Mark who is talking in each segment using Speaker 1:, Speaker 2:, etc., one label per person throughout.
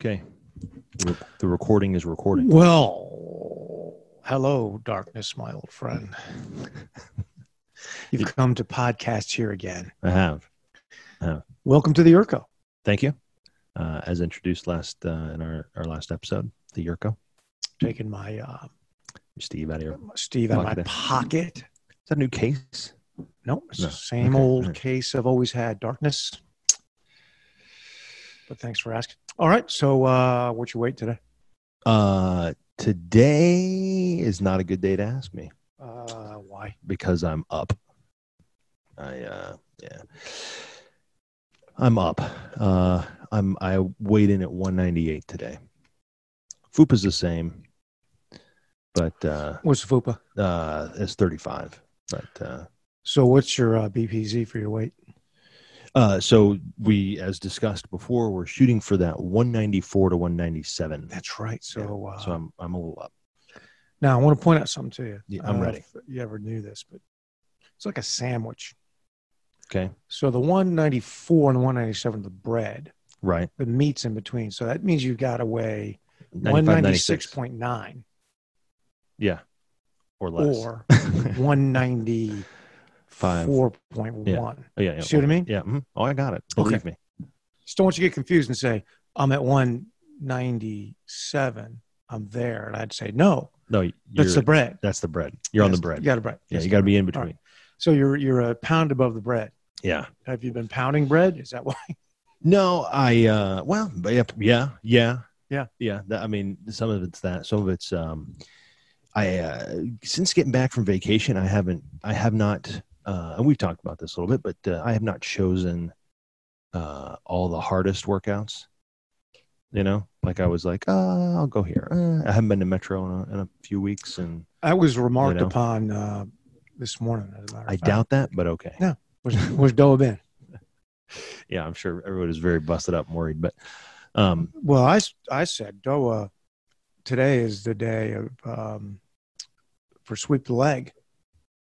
Speaker 1: Okay. Re- The recording is recording.
Speaker 2: Well, hello, darkness, my old friend. You've come to podcast here again.
Speaker 1: I have.
Speaker 2: Welcome to the Urco.
Speaker 1: Thank you. Uh, as introduced last uh, in our, our last episode, the Yurko,
Speaker 2: Taking my uh,
Speaker 1: Steve out of here. Is
Speaker 2: Steve out of my
Speaker 1: Pocket.
Speaker 2: pocket.
Speaker 1: that a new case?
Speaker 2: Nope, it's
Speaker 1: No,
Speaker 2: the same
Speaker 1: okay,
Speaker 2: old
Speaker 1: alright.
Speaker 2: case I've always had, darkness. But thanks for asking. All right, so uh, what you wait today?
Speaker 1: Uh, today is not a good day to ask me
Speaker 2: Uh, why?
Speaker 1: because I'm up. I uh, yeah, I'm up. Uh, I'm I weighed in at 198 today. Foop is the same, but uh,
Speaker 2: What's the FUPA?
Speaker 1: uh, it's 35. But uh,
Speaker 2: So what's your uh, BPZ for your weight?
Speaker 1: uh, so we, as discussed before, we're shooting for that 194 to 197.
Speaker 2: That's right. So, uh,
Speaker 1: So I'm I'm a little up.
Speaker 2: Now, I want to point out something to you.
Speaker 1: Yeah,
Speaker 2: I don't
Speaker 1: I'm
Speaker 2: know
Speaker 1: ready.
Speaker 2: if You ever knew this, but it's like a sandwich.
Speaker 1: Okay,
Speaker 2: So the 194 and 197 the bread,
Speaker 1: right?
Speaker 2: the meat's in between. So that means you got to weigh
Speaker 1: 95, 96,
Speaker 2: 196.9
Speaker 1: yeah, or less.
Speaker 2: or
Speaker 1: oh,
Speaker 2: 194.1.
Speaker 1: Oh, yeah, yeah.
Speaker 2: See what I mean?
Speaker 1: Yeah. mhm. Oh, I got it. Believe me.
Speaker 2: Just don't want you to get confused and say, I'm at 197. I'm there. And I'd say, no,
Speaker 1: No, you're,
Speaker 2: that's the bread.
Speaker 1: that's the bread. You're on the
Speaker 2: Yes,
Speaker 1: bread.
Speaker 2: You got a bread.
Speaker 1: Yeah,
Speaker 2: Yes.
Speaker 1: you got to be in between.
Speaker 2: right. So you're, you're a pound above the bread.
Speaker 1: Yeah.
Speaker 2: Have you been pounding bread? Is that why?
Speaker 1: No, I uh well, but yeah, yeah, yeah.
Speaker 2: Yeah.
Speaker 1: Yeah, that, I mean, some of it's that, some of it's um I uh since getting back from vacation, I haven't I have not uh and we've talked about this a little bit, but uh, I have not chosen uh all the hardest workouts. You know, like I was like, uh, I'll go here. Uh, I haven't been to Metro in a, in a few weeks, and
Speaker 2: That was remarked
Speaker 1: You know?
Speaker 2: upon uh, this morning. As a matter of
Speaker 1: I
Speaker 2: fact.
Speaker 1: doubt that, but okay.
Speaker 2: was was Doe been.
Speaker 1: Yeah, I'm sure everyone is very busted up and worried, but um,
Speaker 2: Well, I s- I said Doa. Today is the day of um, for sweep the leg,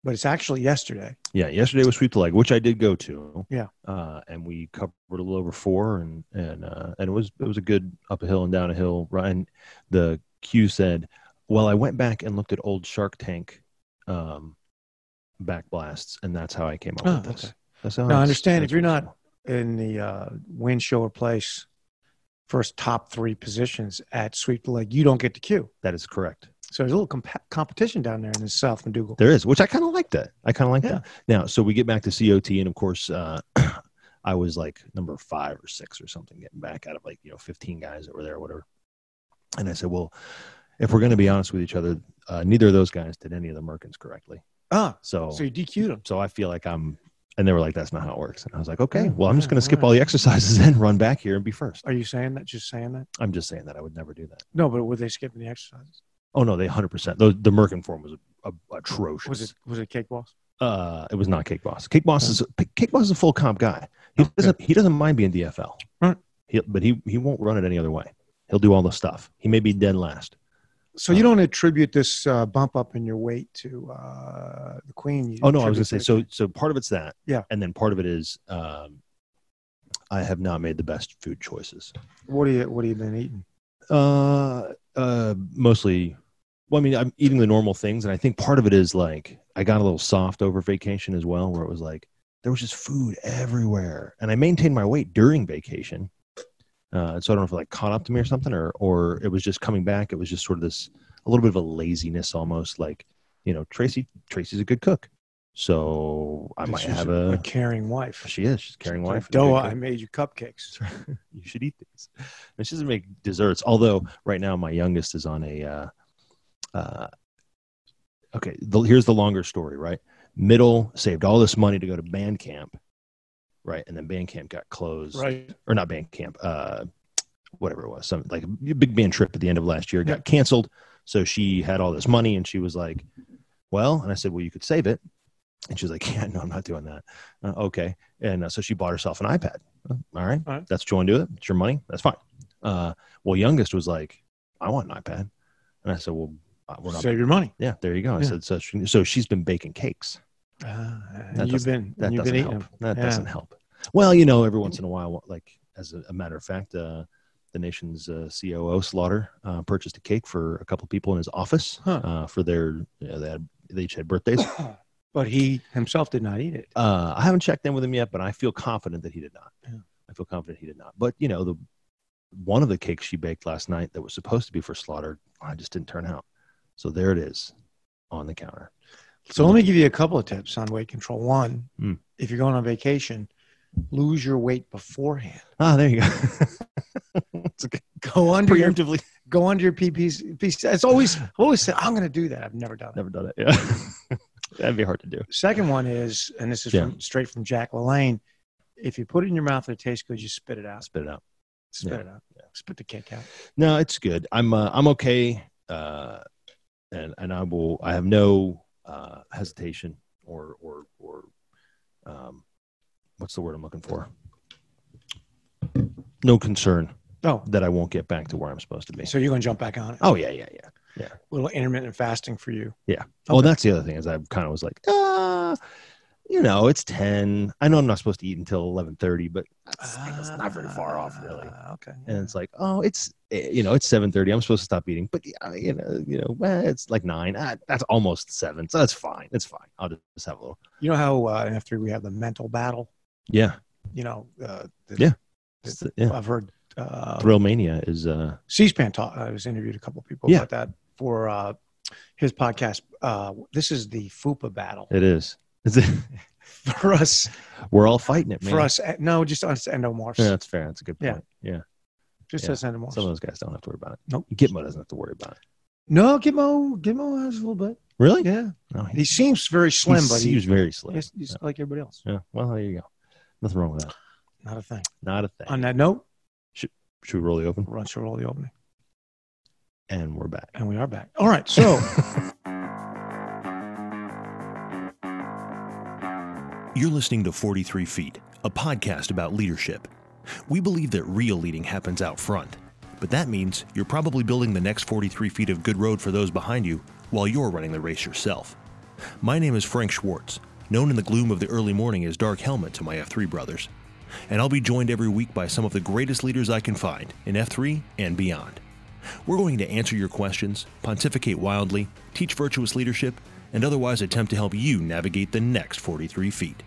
Speaker 2: but it's actually yesterday.
Speaker 1: Yeah, yesterday was sweep the leg, which I did go to.
Speaker 2: Yeah.
Speaker 1: uh, and we covered a little over four, and and uh, and it was it was a good up a hill and down a hill. run. And the Q said, "Well, I went back and looked at old Shark Tank um, back blasts, and that's how I came up
Speaker 2: Oh,
Speaker 1: with this.
Speaker 2: okay.
Speaker 1: That's how
Speaker 2: Now, I
Speaker 1: it's-
Speaker 2: understand if
Speaker 1: that's
Speaker 2: you're not-
Speaker 1: reasonable.
Speaker 2: In the uh, win, show, or place, first top three positions at sweep the leg, you don't get the cue.
Speaker 1: that is correct.
Speaker 2: So there's a little comp- competition down there in the South Madougal.
Speaker 1: There is, which I kind of like that. I kind of like
Speaker 2: Yeah.
Speaker 1: that. Now, so we get back to COT, and of course, uh, I was like number five or six or something, getting back out of like you know fifteen guys that were there or whatever. And I said, well, if we're going to be honest with each other, uh, neither of those guys did any of the Merkins correctly.
Speaker 2: Ah,
Speaker 1: So,
Speaker 2: so
Speaker 1: so,
Speaker 2: you DQ'd him.
Speaker 1: I feel like I'm. And they were like, "That's not how it works." And I was like, "Okay,
Speaker 2: Yeah,
Speaker 1: well, I'm just
Speaker 2: yeah,
Speaker 1: going to skip
Speaker 2: alright.
Speaker 1: all the exercises and run back here and be first.
Speaker 2: Are you saying that? Just saying that?
Speaker 1: I'm just saying that I would never do that.
Speaker 2: No, but were they skipping the exercises?
Speaker 1: Oh no, they 100. percent The the Merkin form was a, atrocious.
Speaker 2: Was it was it cake balls?
Speaker 1: uh, it was not Cake Boss. Cake Boss is Cake Boss is a full comp guy. He
Speaker 2: Okay.
Speaker 1: doesn't he doesn't mind being DFL,
Speaker 2: Right.
Speaker 1: He, but he he won't run it any other way. He'll do all the stuff. He may be dead last.
Speaker 2: So
Speaker 1: Uh,
Speaker 2: you don't attribute this uh, bump up in your weight to uh, the queen? You
Speaker 1: Oh no, I was gonna
Speaker 2: attribute
Speaker 1: say
Speaker 2: to
Speaker 1: so. So part of it's that,
Speaker 2: Yeah.
Speaker 1: and then part of it is um, I have not made the best food choices.
Speaker 2: the- What do you What have you been eating?
Speaker 1: Uh, uh, mostly. Well, I mean, I'm eating the normal things, and I think part of it is like I got a little soft over vacation as well, where it was like there was just food everywhere, and I maintained my weight during vacation. Uh, so I don't know if it like caught up to me or something, or or it was just coming back. It was just sort of this a little bit of a laziness, almost like you know Tracy. Tracy's a good cook, so I
Speaker 2: That
Speaker 1: might
Speaker 2: she's
Speaker 1: have
Speaker 2: a
Speaker 1: a.
Speaker 2: caring wife.
Speaker 1: She is. She's carrying
Speaker 2: She's
Speaker 1: wife. and
Speaker 2: like,
Speaker 1: a good
Speaker 2: Doa,
Speaker 1: cook."
Speaker 2: I made you cupcakes.
Speaker 1: you should eat these. And she doesn't make desserts. Although right now my youngest is on a. Uh, uh, okay, the, here's the longer story. Right, middle saved all this money to go to band camp, right, and then band camp got closed,
Speaker 2: Right.
Speaker 1: or not band camp, uh, whatever it was, some like a big band trip at the end of last year got canceled. So she had all this money, and she was like, "Well," and I said, "Well, you could save it." And she's like, "Yeah, no, I'm not doing that." Uh, okay, and uh, so she bought herself an iPad. Uh, all right,
Speaker 2: All right.
Speaker 1: that's what you want to do. It. It's your money. That's fine. Uh, well, youngest was like, "I want an iPad," and I said, "Well, uh, we're not."
Speaker 2: Save your money.
Speaker 1: yeah, there you go. I
Speaker 2: Yeah.
Speaker 1: said, so, she, "So she's been baking cakes."
Speaker 2: Uh,
Speaker 1: That
Speaker 2: you've been
Speaker 1: That
Speaker 2: you've
Speaker 1: doesn't
Speaker 2: been eating
Speaker 1: help.
Speaker 2: them.
Speaker 1: That
Speaker 2: Yeah.
Speaker 1: doesn't help. Well, you know, every once in a while, like as a, a matter of fact, uh, the nation's uh, COO Slaughter uh, purchased a cake for a couple people in his office
Speaker 2: Huh.
Speaker 1: uh, for their you know, they, had, they each had birthdays.
Speaker 2: but he himself did not eat it.
Speaker 1: Uh, I haven't checked in with him yet, but I feel confident that he did not.
Speaker 2: Yeah.
Speaker 1: I feel confident he did not. But you know, the one of the cakes she baked last night that was supposed to be for Slaughter, I just didn't turn out. So there it is on the counter.
Speaker 2: So let me give you a couple of tips on weight control. One,
Speaker 1: Hmm.
Speaker 2: if you're going on vacation, lose your weight beforehand.
Speaker 1: Ah, there you go. it's okay.
Speaker 2: Go under your
Speaker 1: Preemptively,
Speaker 2: go under your PPs. PPs. It's always I've always said I'm going to do that. I've never done it.
Speaker 1: never done it. Yeah, that'd be hard to do.
Speaker 2: Second one is, and this is from, straight from Jack LaLanne. If you put it in your mouth and it tastes good, you spit it out.
Speaker 1: Spit it out.
Speaker 2: Spit
Speaker 1: Yeah.
Speaker 2: it out. Spit the cake out.
Speaker 1: No, it's good. I'm uh, I'm okay, uh, and and I will. I have no uh, hesitation or or or um, what's the word I'm looking for? No concern
Speaker 2: Oh,
Speaker 1: that I won't get back to where I'm supposed to be.
Speaker 2: so you're going to jump back on it.
Speaker 1: Oh yeah, yeah, yeah.
Speaker 2: little intermittent fasting for you.
Speaker 1: Well,
Speaker 2: Okay.
Speaker 1: that's the other thing is I kind of was like, ah, you know, it's ten. I know I'm not supposed to eat until eleven thirty, but that's, it's not very far off, really.
Speaker 2: Ah, Okay.
Speaker 1: and it's like oh it's eh, you know it's 7.30 i'm supposed to stop eating but yeah, you know you know well, it's like 9 ah, that's almost 7 so that's fine it's fine i'll just have a little
Speaker 2: you know how uh, in F3 we have the mental battle?
Speaker 1: yeah
Speaker 2: You know, uh, the-
Speaker 1: Yeah. it's the- yeah
Speaker 2: I've heard uh,
Speaker 1: thrill mania is uh
Speaker 2: C-SPAN talk. I was interviewed a couple of people
Speaker 1: Yeah.
Speaker 2: about that for uh, his podcast. Uh, this is the FUPA battle
Speaker 1: it is It's-
Speaker 2: for us.
Speaker 1: we're all fighting it man
Speaker 2: For us, eh, no, just us endomorphs.
Speaker 1: yeah, that's fair that's a good
Speaker 2: Yeah.
Speaker 1: point yeah,
Speaker 2: Just
Speaker 1: yeah.
Speaker 2: us endomorphs.
Speaker 1: some of those guys don't have to worry about it
Speaker 2: Nope.
Speaker 1: gitmo doesn't have to worry about it
Speaker 2: no, Gitmo, Gitmo has a little bit.
Speaker 1: really
Speaker 2: Yeah,
Speaker 1: no he,
Speaker 2: he seems very slim,
Speaker 1: he
Speaker 2: but he-
Speaker 1: seems very slim
Speaker 2: he's, he's
Speaker 1: yeah.
Speaker 2: like everybody else.
Speaker 1: yeah well there you go nothing wrong with that
Speaker 2: Not a thing.
Speaker 1: not a thing
Speaker 2: On that note,
Speaker 1: should we roll the open
Speaker 2: we're on roll the opening,
Speaker 1: and we're back
Speaker 2: and we are back. All right, so.
Speaker 3: You're listening to 43 Feet, a podcast about leadership. We believe that real leading happens out front, but that means you're probably building the next 43 feet of good road for those behind you while you're running the race yourself. My name is Frank Schwartz, known in the gloom of the early morning as Dark Helmet to my F3 brothers, and I'll be joined every week by some of the greatest leaders I can find in F3 and beyond. We're going to answer your questions, pontificate wildly, teach virtuous leadership, and otherwise attempt to help you navigate the next 43 feet.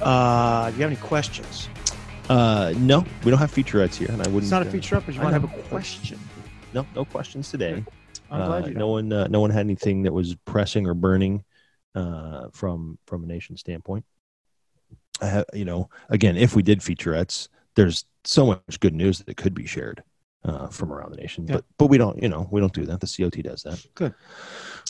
Speaker 2: Uh, do you have any questions?
Speaker 1: uh no we don't have featurettes here and i wouldn't
Speaker 2: It's not a
Speaker 1: uh,
Speaker 2: feature up, but you
Speaker 1: I
Speaker 2: might have
Speaker 1: know.
Speaker 2: a question.
Speaker 1: no no questions today
Speaker 2: I'm
Speaker 1: Uh,
Speaker 2: glad you
Speaker 1: no
Speaker 2: know.
Speaker 1: one uh, no one had anything that was pressing or burning uh, from from a nation standpoint. I have, you know, again, if we did featurettes, there's so much good news that could be shared uh, from around the nation.
Speaker 2: Yeah.
Speaker 1: But but we don't, you know, we don't do that. The COT does that.
Speaker 2: Good.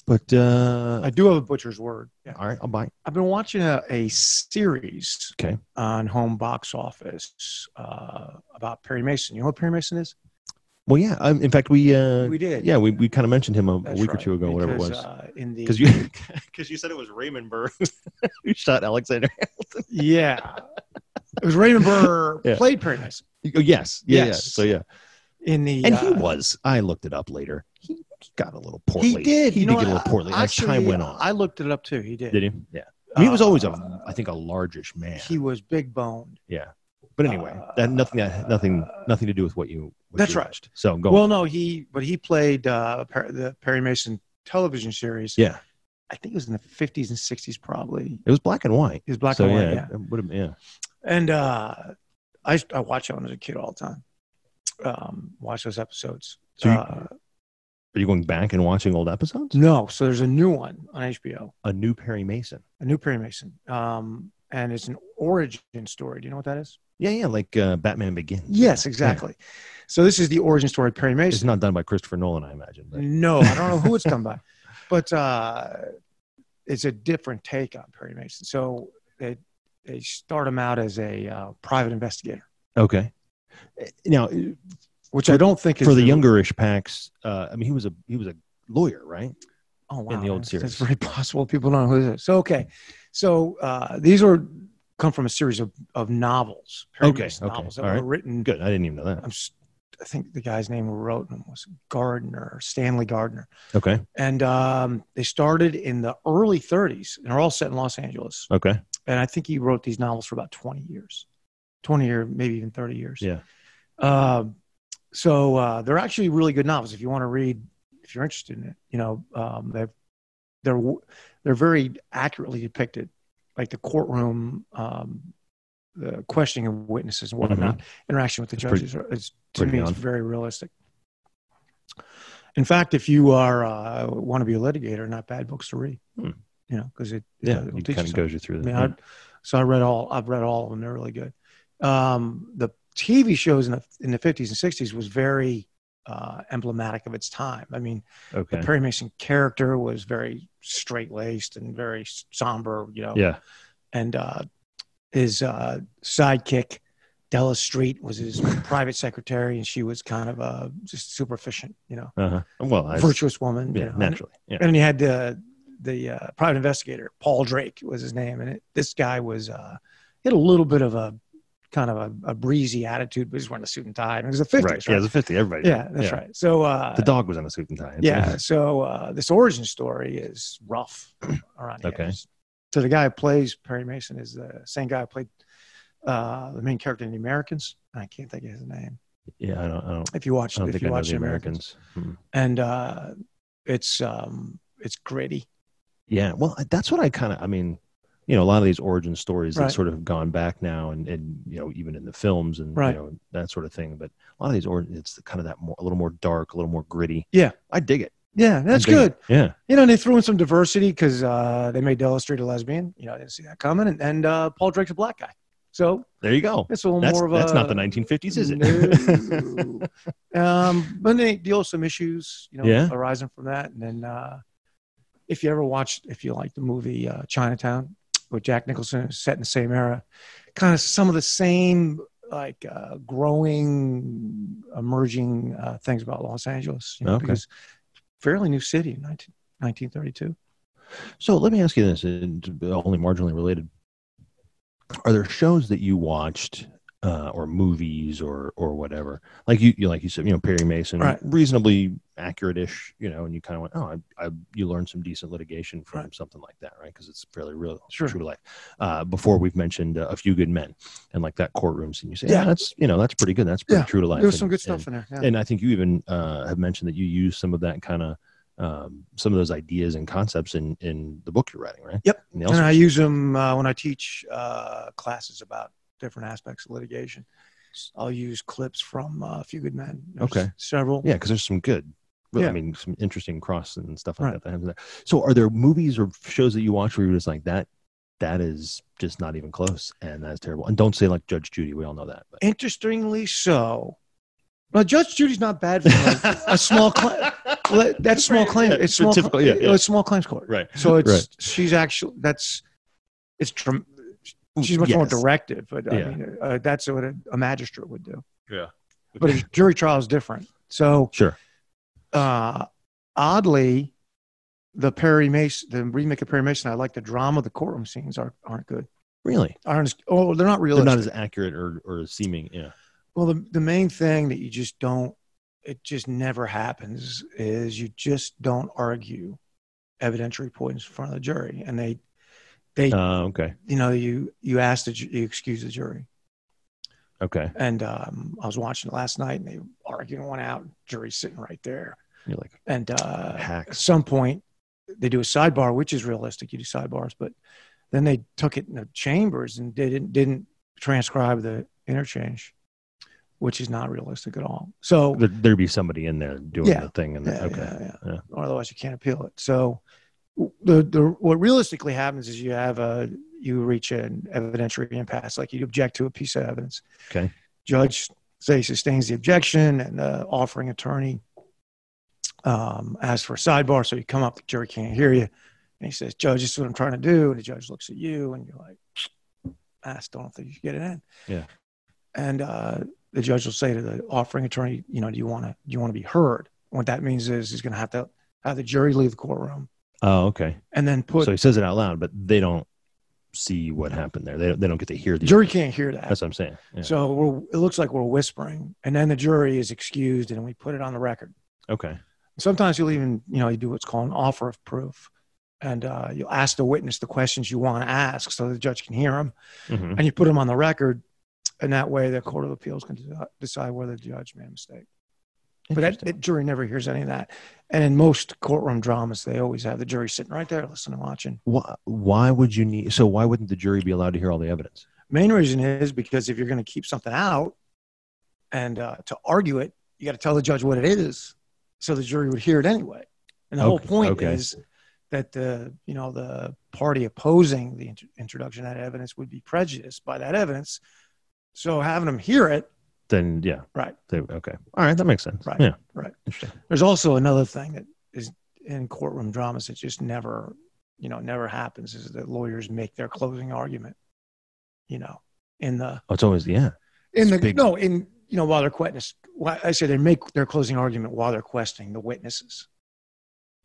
Speaker 1: But uh,
Speaker 2: I do have a butcher's word. Yeah.
Speaker 1: all right, I'll buy.
Speaker 2: I've been watching a, a series
Speaker 1: Okay.
Speaker 2: on Home Box Office uh, about Perry Mason. You know what Perry Mason is?
Speaker 1: Well, yeah. Um, in fact, we uh,
Speaker 2: we did.
Speaker 1: yeah we, we kind of mentioned him a, a
Speaker 2: That's
Speaker 1: week or
Speaker 2: right,
Speaker 1: two ago, whatever it
Speaker 2: because,
Speaker 1: was,
Speaker 2: Uh, in the
Speaker 1: because you because you said it was Raymond Burr who shot Alexander.
Speaker 2: yeah, it was Raymond Burr
Speaker 1: Yeah.
Speaker 2: played Perry Mason
Speaker 1: Oh, yes, yeah, yeah.
Speaker 2: Yes.
Speaker 1: So yeah.
Speaker 2: in the
Speaker 1: And
Speaker 2: uh,
Speaker 1: he was. I looked it up later. He, he got a little poorly.
Speaker 2: He did.
Speaker 1: He
Speaker 2: you
Speaker 1: did
Speaker 2: know
Speaker 1: get a
Speaker 2: what?
Speaker 1: little poorly as
Speaker 2: Actually,
Speaker 1: time went on.
Speaker 2: I looked it up too. He did.
Speaker 1: did he? Oh, Yeah. I mean, he was always a,
Speaker 2: Uh,
Speaker 1: I think, a largish man.
Speaker 2: He was big boned.
Speaker 1: yeah. But anyway, that nothing that nothing nothing to do with what you. What
Speaker 2: That's
Speaker 1: you
Speaker 2: right.
Speaker 1: watched. So go.
Speaker 2: Well,
Speaker 1: on.
Speaker 2: no, he but he played uh, Per- the Perry Mason television series.
Speaker 1: Yeah.
Speaker 2: I think it was in the fifties and sixties, probably.
Speaker 1: It was black and white.
Speaker 2: He was black
Speaker 1: so
Speaker 2: and white,
Speaker 1: yeah,
Speaker 2: yeah.
Speaker 1: It would have. Yeah.
Speaker 2: And uh, I used- I watched it when I was a kid all the time. Um, watch those episodes.
Speaker 1: So you-
Speaker 2: Uh,
Speaker 1: Are you going back and watching old episodes?
Speaker 2: no, so there's a new one on HBO,
Speaker 1: A new Perry Mason.
Speaker 2: a new Perry Mason, um, and it's an origin story. Do you know what that is?
Speaker 1: Yeah, yeah, like uh, Batman Begins.
Speaker 2: Yes,
Speaker 1: Yeah.
Speaker 2: exactly. So this is the origin story of Perry
Speaker 1: It's
Speaker 2: Mason.
Speaker 1: not done by Christopher Nolan, I imagine. But
Speaker 2: No, I don't know who it's done by, but uh, it's a different take on Perry Mason. So they they start him out as a uh, private investigator,
Speaker 1: okay. Eh, Now,
Speaker 2: which I don't think is
Speaker 1: for the youngerish packs, uh, I mean, he was a he was a lawyer, right?
Speaker 2: oh, wow,
Speaker 1: in the old
Speaker 2: that's- That's
Speaker 1: series.
Speaker 2: very possible. People don't know who this is. So okay, so uh, these are come from a series of, of novels. Perry
Speaker 1: Okay,
Speaker 2: Mason
Speaker 1: okay,
Speaker 2: novels that
Speaker 1: all
Speaker 2: were
Speaker 1: right.
Speaker 2: written.
Speaker 1: Good. I didn't even know that.
Speaker 2: I'm, s- I think the guy's name who wrote them was Gardner, Stanley Gardner.
Speaker 1: Okay.
Speaker 2: And um, they started in the early 30s and are all set in Los Angeles.
Speaker 1: Okay.
Speaker 2: and I think he wrote these novels for about 20 years. 20 or maybe even 30 years.
Speaker 1: Yeah.
Speaker 2: Uh, so uh, they're actually really good novels if you want to read, if you're interested in it. You know, um, they've, they're w- they're very accurately depicted, like the courtroom, um, the questioning of witnesses and whatnot, interaction with the
Speaker 1: Mm-hmm. It's pretty-
Speaker 2: judges. are- it's to
Speaker 1: pretty
Speaker 2: me,
Speaker 1: on.
Speaker 2: it's very realistic. In fact, if you are uh, want to be a litigator, not bad books to read.
Speaker 1: Hmm.
Speaker 2: You know, because it it
Speaker 1: Yeah,
Speaker 2: does- it'll
Speaker 1: it
Speaker 2: teach you
Speaker 1: kind of
Speaker 2: something.
Speaker 1: goes you through
Speaker 2: I
Speaker 1: that.
Speaker 2: mean,
Speaker 1: yeah.
Speaker 2: I, so I read all. I've read all of them. They're really good. Um, the TV shows in the in the fifties and sixties was very uh, emblematic of its time. I mean,
Speaker 1: okay.
Speaker 2: the Perry Mason character was very straight laced and very somber. You know,
Speaker 1: yeah.
Speaker 2: and uh, his uh, sidekick Della Street was his private secretary, and she was kind of uh, just super efficient. You know,
Speaker 1: Uh-huh. Well, I,
Speaker 2: virtuous woman. you
Speaker 1: yeah,
Speaker 2: know, and-
Speaker 1: naturally. Yeah.
Speaker 2: and he had the the uh, private investigator Paul Drake was his name, and it, this guy was uh, he had a little bit of a kind of a, a breezy attitude, but he was wearing a suit and tie, and it was the
Speaker 1: Right.
Speaker 2: fifties,
Speaker 1: Yeah,
Speaker 2: right?
Speaker 1: it's a 50. Everybody.
Speaker 2: Yeah, that's right. So uh,
Speaker 1: The dog was in a suit and tie.
Speaker 2: yeah, so uh, this origin story is rough around the
Speaker 1: Okay.
Speaker 2: edges. So the guy who plays Perry Mason is the same guy who played uh, the main character in The Americans. I can't think of his name.
Speaker 1: Yeah. I don't, I don't,
Speaker 2: If you watch,
Speaker 1: I don't
Speaker 2: if
Speaker 1: think
Speaker 2: you
Speaker 1: I know
Speaker 2: watch
Speaker 1: the
Speaker 2: The Americans,
Speaker 1: Americans. Hmm.
Speaker 2: and uh, it's um, it's gritty.
Speaker 1: Yeah. Well, I- that's what I kind of, I mean, you know, a lot of these origin stories
Speaker 2: Right.
Speaker 1: that sort of have gone back now and, and, you know, even in the films and,
Speaker 2: Right.
Speaker 1: you know, that sort of thing. But a lot of these, or, it's kind of that more, a little more dark, a little more gritty.
Speaker 2: Yeah.
Speaker 1: I dig it.
Speaker 2: Yeah,
Speaker 1: I
Speaker 2: that's
Speaker 1: dig it.
Speaker 2: good.
Speaker 1: Yeah.
Speaker 2: you know, and they threw in some diversity because uh, they made Della Street a lesbian. You know, I didn't see that coming. And, and uh, Paul Drake's a black guy. So
Speaker 1: There you go.
Speaker 2: it's a little
Speaker 1: That's,
Speaker 2: more of
Speaker 1: that's
Speaker 2: a.
Speaker 1: not the 1950s, is it?
Speaker 2: No. um, but they deal with some issues, you know,
Speaker 1: Yeah.
Speaker 2: arising from that. And then uh, if you ever watched, if you like the movie uh, Chinatown with Jack Nicholson, it's set in the same era, kind of some of the same like uh, growing, emerging uh, things about Los Angeles. You know,
Speaker 1: Okay.
Speaker 2: Because fairly new city in 19, 1932.
Speaker 1: So let me ask you this, and only marginally related: Are there shows that you watched, uh, or movies, or or whatever? Like you, you like you said, you know Perry Mason,
Speaker 2: Right.
Speaker 1: reasonably accurate-ish, you know, and you kind of went, oh, I, I, you learned some decent litigation from
Speaker 2: Right.
Speaker 1: something like that, right? Because it's fairly real,
Speaker 2: Sure.
Speaker 1: true to life. Uh, before we've mentioned uh, a few good men, and like that courtroom scene, you say, yeah,
Speaker 2: Yeah.
Speaker 1: that's you know that's pretty good, that's pretty
Speaker 2: Yeah.
Speaker 1: true to life.
Speaker 2: There's some
Speaker 1: And-
Speaker 2: good
Speaker 1: and-
Speaker 2: stuff in there. Yeah.
Speaker 1: and I think you even uh, have mentioned that you use some of that kind of um, some of those ideas and concepts in in the book you're writing, right?
Speaker 2: Yep.
Speaker 1: And
Speaker 2: and I use them uh, when I teach uh, classes about different aspects of litigation. I'll use clips from uh, A Few Good Men. There's
Speaker 1: Okay.
Speaker 2: Several.
Speaker 1: yeah, because there's some good. Well, I
Speaker 2: Yeah.
Speaker 1: mean, some interesting cross and stuff like
Speaker 2: Right.
Speaker 1: that that happens there. So, are there movies or shows that you watch where you're just like that? That is just not even close, and that's terrible. And don't say like Judge Judy. We all know that. But.
Speaker 2: Interestingly so. Well, Judge Judy's not bad for like, a small claim. That's small claim. It's small.
Speaker 1: Typical, yeah, yeah.
Speaker 2: It's small claims court.
Speaker 1: right.
Speaker 2: So it's
Speaker 1: Right.
Speaker 2: she's actually that's it's dram- she's much more
Speaker 1: Yes.
Speaker 2: directive, but I
Speaker 1: Yeah.
Speaker 2: mean uh, that's what a, a magistrate would do.
Speaker 1: Yeah.
Speaker 2: But a jury trial is different. So
Speaker 1: Sure.
Speaker 2: uh, oddly, the Perry Mason, the remake of Perry Mason, I like the drama. The courtroom scenes aren't aren't good.
Speaker 1: Really,
Speaker 2: Aren't as, oh, they're not
Speaker 1: they're
Speaker 2: realistic.
Speaker 1: not as accurate or or seeming. Yeah.
Speaker 2: well, the the main thing that you just don't, it just never happens is you just don't argue evidentiary points in front of the jury, and they they
Speaker 1: Uh, okay.
Speaker 2: you know you you ask the ju- you excuse the jury.
Speaker 1: Okay.
Speaker 2: And um, I was watching it last night, and they were arguing one out. Jury sitting right there,
Speaker 1: You're like
Speaker 2: and uh, at
Speaker 1: hacks.
Speaker 2: some point they do a sidebar, which is realistic. You do sidebars, but then they took it in the chambers and they didn't didn't transcribe the interchange, which is not realistic at all. So
Speaker 1: There, there'd be somebody in there doing
Speaker 2: Yeah.
Speaker 1: the thing, and
Speaker 2: yeah,
Speaker 1: okay.
Speaker 2: yeah, yeah.
Speaker 1: yeah.
Speaker 2: Or otherwise you can't appeal it. So the the what realistically happens is you have a you reach an evidentiary impasse, like you object to a piece of evidence.
Speaker 1: Okay.
Speaker 2: Judge say sustains the objection, and the offering attorney um, asks for a sidebar. So you come up, the jury can't hear you, and he says, "Judge, this is what I'm trying to do." And the judge looks at you, and you're like, "I still don't think you should get it in."
Speaker 1: Yeah.
Speaker 2: And uh, the judge will say to the offering attorney, "You know, do you want to do you want to be heard?" What that means is he's going to have to have the jury leave the courtroom
Speaker 1: Oh, okay.
Speaker 2: and then put
Speaker 1: so he says it out loud, but they don't see what happened there. They don't, they don't get to hear the
Speaker 2: jury can't hear that.
Speaker 1: That's what I'm saying. Yeah.
Speaker 2: So we're, it looks like we're whispering, and then the jury is excused, and we put it on the record.
Speaker 1: okay.
Speaker 2: Sometimes you'll even, you know, you do what's called an offer of proof, and uh, you'll ask the witness the questions you want to ask, so the judge can hear them,
Speaker 1: Mhm.
Speaker 2: and you put them on the record. and that way the court of appeals can de- decide whether the judge made a mistake. But that,
Speaker 1: Interesting.
Speaker 2: that jury never hears any of that. And in most courtroom dramas, they always have the jury sitting right there listening and watching.
Speaker 1: why, why would you need? So why wouldn't the jury be allowed to hear all the evidence?
Speaker 2: Main reason is because if you're going to keep something out and uh, to argue it, you got to tell the judge what it is, so the jury would hear it anyway. And the whole
Speaker 1: Okay,
Speaker 2: point
Speaker 1: okay.
Speaker 2: is that the you know the party opposing the int- introduction of that evidence would be prejudiced by that evidence. So having them hear it,
Speaker 1: Then yeah,
Speaker 2: Right.
Speaker 1: They, okay, all right, that makes sense.
Speaker 2: Right.
Speaker 1: Yeah.
Speaker 2: Right.
Speaker 1: Interesting.
Speaker 2: there's also another thing that is in courtroom dramas that just never you know never happens is that lawyers make their closing argument. You know, in the
Speaker 1: Oh, it's always yeah.
Speaker 2: in
Speaker 1: It's
Speaker 2: the
Speaker 1: big.
Speaker 2: no in you know while they're witness why- i say they make their closing argument while they're questioning the witnesses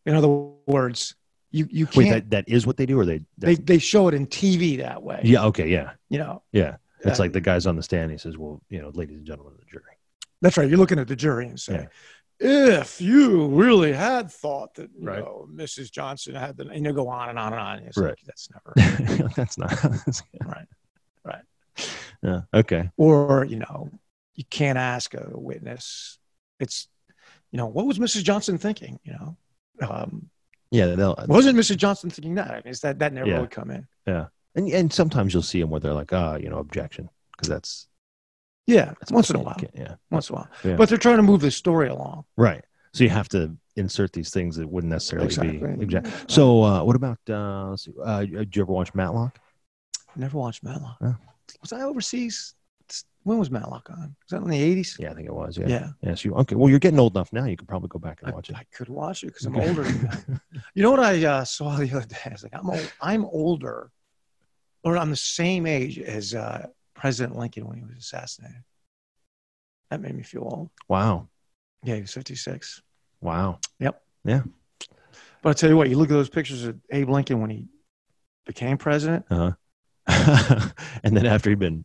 Speaker 2: in other words you you can't
Speaker 1: Wait, that, that is what they do, or they? that-
Speaker 2: they, they show it in tv that way
Speaker 1: yeah. Okay. Yeah.
Speaker 2: you know
Speaker 1: Yeah. It's
Speaker 2: Uh,
Speaker 1: like the guy's on the stand. He says, "Well, you know, ladies and gentlemen of the jury."
Speaker 2: that's right you're looking at the jury and saying if you really had thought that you
Speaker 1: Right.
Speaker 2: know mrs johnson had the and you go on and on and on it's
Speaker 1: Right.
Speaker 2: like, that's never
Speaker 1: that's not
Speaker 2: Right. Right.
Speaker 1: Yeah. Okay.
Speaker 2: or you know you can't ask a witness it's you know what was mrs johnson thinking you know um,
Speaker 1: Yeah. They'll,
Speaker 2: wasn't Mrs. Johnson thinking that? I mean, it's that that never
Speaker 1: Yeah.
Speaker 2: would come in.
Speaker 1: and and sometimes you'll see them where they're like, ah, you know, objection, because that's
Speaker 2: Yeah,
Speaker 1: that's
Speaker 2: once in a while,
Speaker 1: Yeah.
Speaker 2: once in a while.
Speaker 1: Yeah.
Speaker 2: But they're trying to move the story along.
Speaker 1: Right. So you have to insert these things that wouldn't necessarily be exact.
Speaker 2: Right.
Speaker 1: So uh, what about? Uh, let's see, uh, do you ever watch Matlock?
Speaker 2: never watched Matlock.
Speaker 1: Yeah.
Speaker 2: Was I overseas? When was Matlock on? Was that in the eighties?
Speaker 1: Yeah, I think it was. Yeah.
Speaker 2: Yeah,
Speaker 1: Yeah. so you okay? Well, you're getting old enough now. You could probably go back
Speaker 2: I,
Speaker 1: and watch it.
Speaker 2: I could watch it because I'm
Speaker 1: Okay.
Speaker 2: older. now. You know what I uh, saw the other day? I was like, I'm old, I'm older, or I'm the same age as uh, President Lincoln when he was assassinated. That made me feel old.
Speaker 1: wow.
Speaker 2: Yeah, he was 56.
Speaker 1: Wow.
Speaker 2: But I tell you what, you look at those pictures of Abe Lincoln when he became president.
Speaker 1: and then after he'd been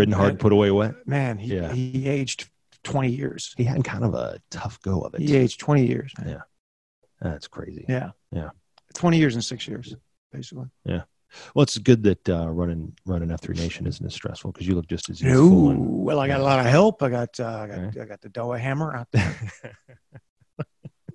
Speaker 1: ridden hard, put away wet,
Speaker 2: and, man, he,
Speaker 1: Yeah.
Speaker 2: he aged 20 years.
Speaker 1: he had kind of a tough go of it.
Speaker 2: He aged 20 years, man.
Speaker 1: That's crazy.
Speaker 2: Yeah.
Speaker 1: Yeah.
Speaker 2: 20 years and six years, basically.
Speaker 1: Well, it's good that uh, running running F3 Nation isn't as stressful because you look just as
Speaker 2: No.
Speaker 1: youthful. and-
Speaker 2: Well, I got a lot of help. I got, uh, I, got
Speaker 1: Okay.
Speaker 2: I got the Doa hammer. out there.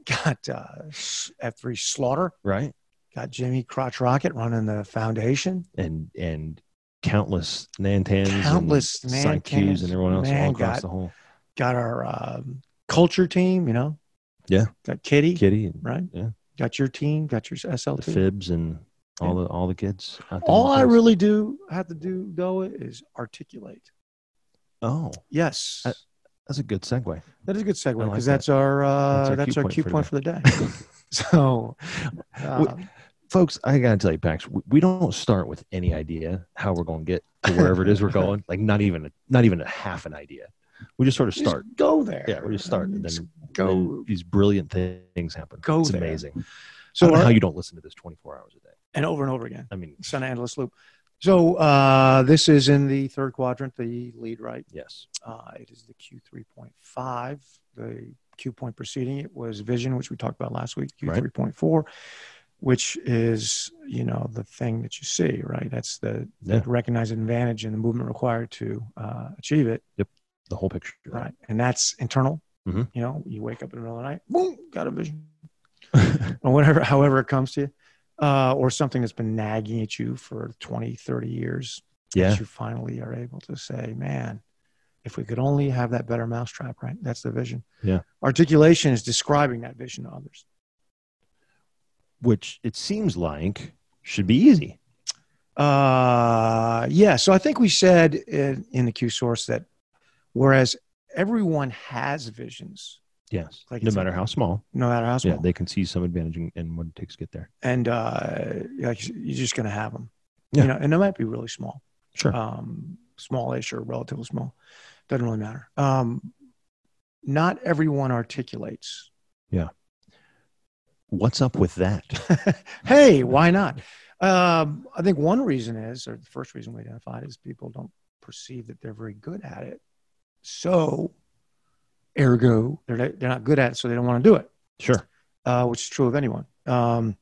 Speaker 2: got uh, S- F3 Slaughter.
Speaker 1: right?
Speaker 2: Got Jimmy Crotch Rocket running the foundation.
Speaker 1: And and countless Nantans, and
Speaker 2: Countless
Speaker 1: Psychus,
Speaker 2: Nantans.
Speaker 1: and everyone else all
Speaker 2: Man,
Speaker 1: across
Speaker 2: God.
Speaker 1: the whole
Speaker 2: Got our um, culture team, you know.
Speaker 1: Yeah.
Speaker 2: Got Kitty,
Speaker 1: kitty and
Speaker 2: right?
Speaker 1: Yeah.
Speaker 2: Got your team. Got your
Speaker 1: the
Speaker 2: SLT.
Speaker 1: fibs and all the all the kids. out there in
Speaker 2: All
Speaker 1: the
Speaker 2: I
Speaker 1: place.
Speaker 2: really do have to do though is articulate.
Speaker 1: oh,
Speaker 2: Yes,
Speaker 1: I- that's a good segue.
Speaker 2: that is a good segue
Speaker 1: I like
Speaker 2: because
Speaker 1: that.
Speaker 2: that's our
Speaker 1: That's
Speaker 2: uh,
Speaker 1: our
Speaker 2: that's
Speaker 1: cue
Speaker 2: our
Speaker 1: point
Speaker 2: cue
Speaker 1: for
Speaker 2: point for the day. so, uh,
Speaker 1: Folks, I gotta tell you, Pax, we, we don't start with any idea how we're gonna get to wherever it is we're going. Like not even not even a half an idea. We just sort of
Speaker 2: just
Speaker 1: start.
Speaker 2: go there.
Speaker 1: Yeah, we just start and
Speaker 2: Just
Speaker 1: then
Speaker 2: go.
Speaker 1: these brilliant thi- things happen.
Speaker 2: Go
Speaker 1: it's
Speaker 2: there.
Speaker 1: amazing. So I
Speaker 2: So
Speaker 1: don't know
Speaker 2: our-
Speaker 1: how you don't listen to this 24 hours a day.
Speaker 2: and over and over again.
Speaker 1: I mean,
Speaker 2: San Angeles Loop. So uh, this is in the third quadrant, the lead right.
Speaker 1: yes.
Speaker 2: Uh, it is the Q three point five. The Q point preceding it was vision, which we talked about last week. Q
Speaker 1: Right.
Speaker 2: three point four, which is you know the thing that you see, right? That's the
Speaker 1: Yeah.
Speaker 2: recognize advantage and the movement required to uh, achieve it.
Speaker 1: The whole picture.
Speaker 2: Right. And that's internal.
Speaker 1: Mhm.
Speaker 2: You know, you wake up in the middle of the night, boom, got a vision. or whatever, however it comes to you. Uh, or something that's been nagging at you for 20, 30 years.
Speaker 1: Yeah.
Speaker 2: That you finally are able to say, man, if we could only have that better mousetrap, right? That's the vision.
Speaker 1: Yeah.
Speaker 2: Articulation is describing that vision to others.
Speaker 1: Which it seems like should be easy.
Speaker 2: Uh, yeah. So I think we said in, in the Q source that whereas everyone has visions,
Speaker 1: Yes.
Speaker 2: Like
Speaker 1: no
Speaker 2: it's-
Speaker 1: matter how small.
Speaker 2: no matter how small,
Speaker 1: Yeah. They can see some advantage in, in what it takes to get there.
Speaker 2: and uh, like you're just going to have them.
Speaker 1: Yeah.
Speaker 2: You know, and they might be really small,
Speaker 1: Sure.
Speaker 2: um, smallish or relatively small. Doesn't really matter. Um, not everyone articulates.
Speaker 1: What's up with that?
Speaker 2: hey, why not? Um, I think one reason is, or the first reason we identified is people don't perceive that they're very good at it. So, ergo, they're not- they're not good at it, so they don't want to do it.
Speaker 1: Sure.
Speaker 2: uh, which is true of anyone. Um,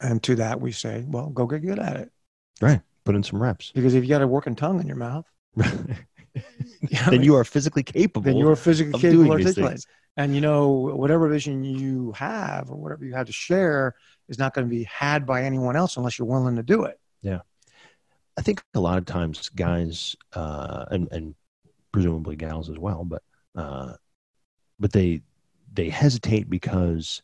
Speaker 2: and to that, we say, well, go get good at it.
Speaker 1: Put in some reps.
Speaker 2: Because if you got a working tongue in your mouth,
Speaker 1: then you are physically capable.
Speaker 2: then you're physically
Speaker 1: of
Speaker 2: capable
Speaker 1: doing
Speaker 2: of
Speaker 1: these
Speaker 2: articulating. And you know, whatever vision you have or whatever you have to share is not going to be had by anyone else unless you're willing to do it.
Speaker 1: I think a lot of times guys uh, and and presumably gals as well, but uh, but they they hesitate because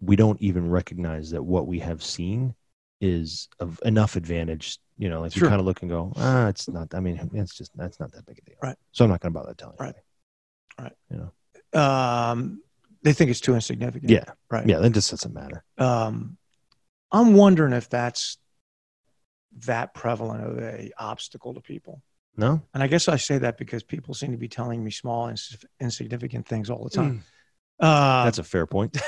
Speaker 1: we don't even recognize that what we have seen is of enough advantage. You know, like we
Speaker 2: Sure.
Speaker 1: kind of look and go, ah, it's not. I mean, it's just that's not that big a deal.
Speaker 2: Right.
Speaker 1: So I'm not going to bother telling.
Speaker 2: Right.
Speaker 1: Um,
Speaker 2: They think it's too insignificant.
Speaker 1: Yeah.
Speaker 2: Right.
Speaker 1: Yeah. That just doesn't matter.
Speaker 2: um, I'm wondering if that's that prevalent of a obstacle to people.
Speaker 1: No.
Speaker 2: And I guess I say that because people seem to be telling me small ins- insignificant things all the time. Uh,
Speaker 1: That's a fair point.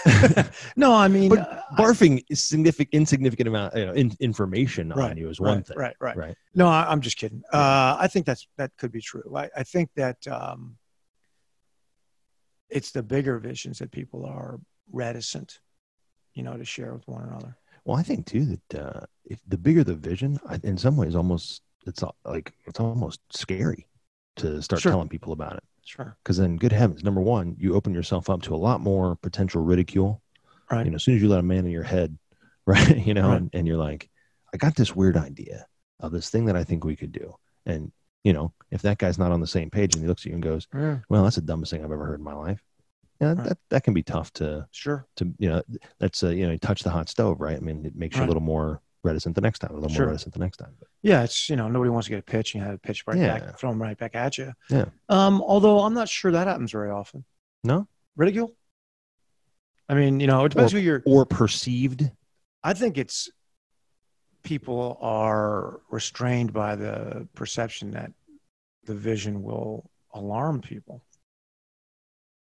Speaker 2: no, I mean,
Speaker 1: But
Speaker 2: uh, I-
Speaker 1: Barfing is significant, insignificant amount, you know, in, information
Speaker 2: Right,
Speaker 1: on you is
Speaker 2: right,
Speaker 1: one thing.
Speaker 2: Right, right,
Speaker 1: Right.
Speaker 2: No, I, I'm just kidding. Uh, I think that's that could be true. I, I think that um, it's the bigger visions that people are reticent, you know, to share with one another.
Speaker 1: Well, I think too that uh, if the bigger the vision, I, in some ways, almost it's al- like it's almost scary to start
Speaker 2: Sure.
Speaker 1: telling people about it.
Speaker 2: Sure.
Speaker 1: Because then, good heavens, number one, you open yourself up to a lot more potential ridicule.
Speaker 2: Right.
Speaker 1: You know, as soon as you let a man in your head, right? You know,
Speaker 2: Right.
Speaker 1: And, and you're like, I got this weird idea of this thing that I think we could do, and you know, if that guy's not on the same page and he looks at you and goes,
Speaker 2: Yeah,
Speaker 1: "Well, that's the dumbest thing I've ever heard in my life," yeah,
Speaker 2: Right.
Speaker 1: that that can be tough to
Speaker 2: sure.
Speaker 1: to you know that's uh, you know touch the hot stove right i mean it makes you
Speaker 2: Right.
Speaker 1: a little more reticent the next time a little
Speaker 2: Sure.
Speaker 1: more reticent the next time But
Speaker 2: Yeah, it's you know nobody wants to get a pitch. You have a pitch right
Speaker 1: Yeah.
Speaker 2: back, throw them right back at you.
Speaker 1: Yeah.
Speaker 2: Um, although I'm not sure that happens very often.
Speaker 1: No?
Speaker 2: ridicule. I mean, you know, it depends who you're.
Speaker 1: or perceived
Speaker 2: I think it's people are restrained by the perception that the vision will alarm people.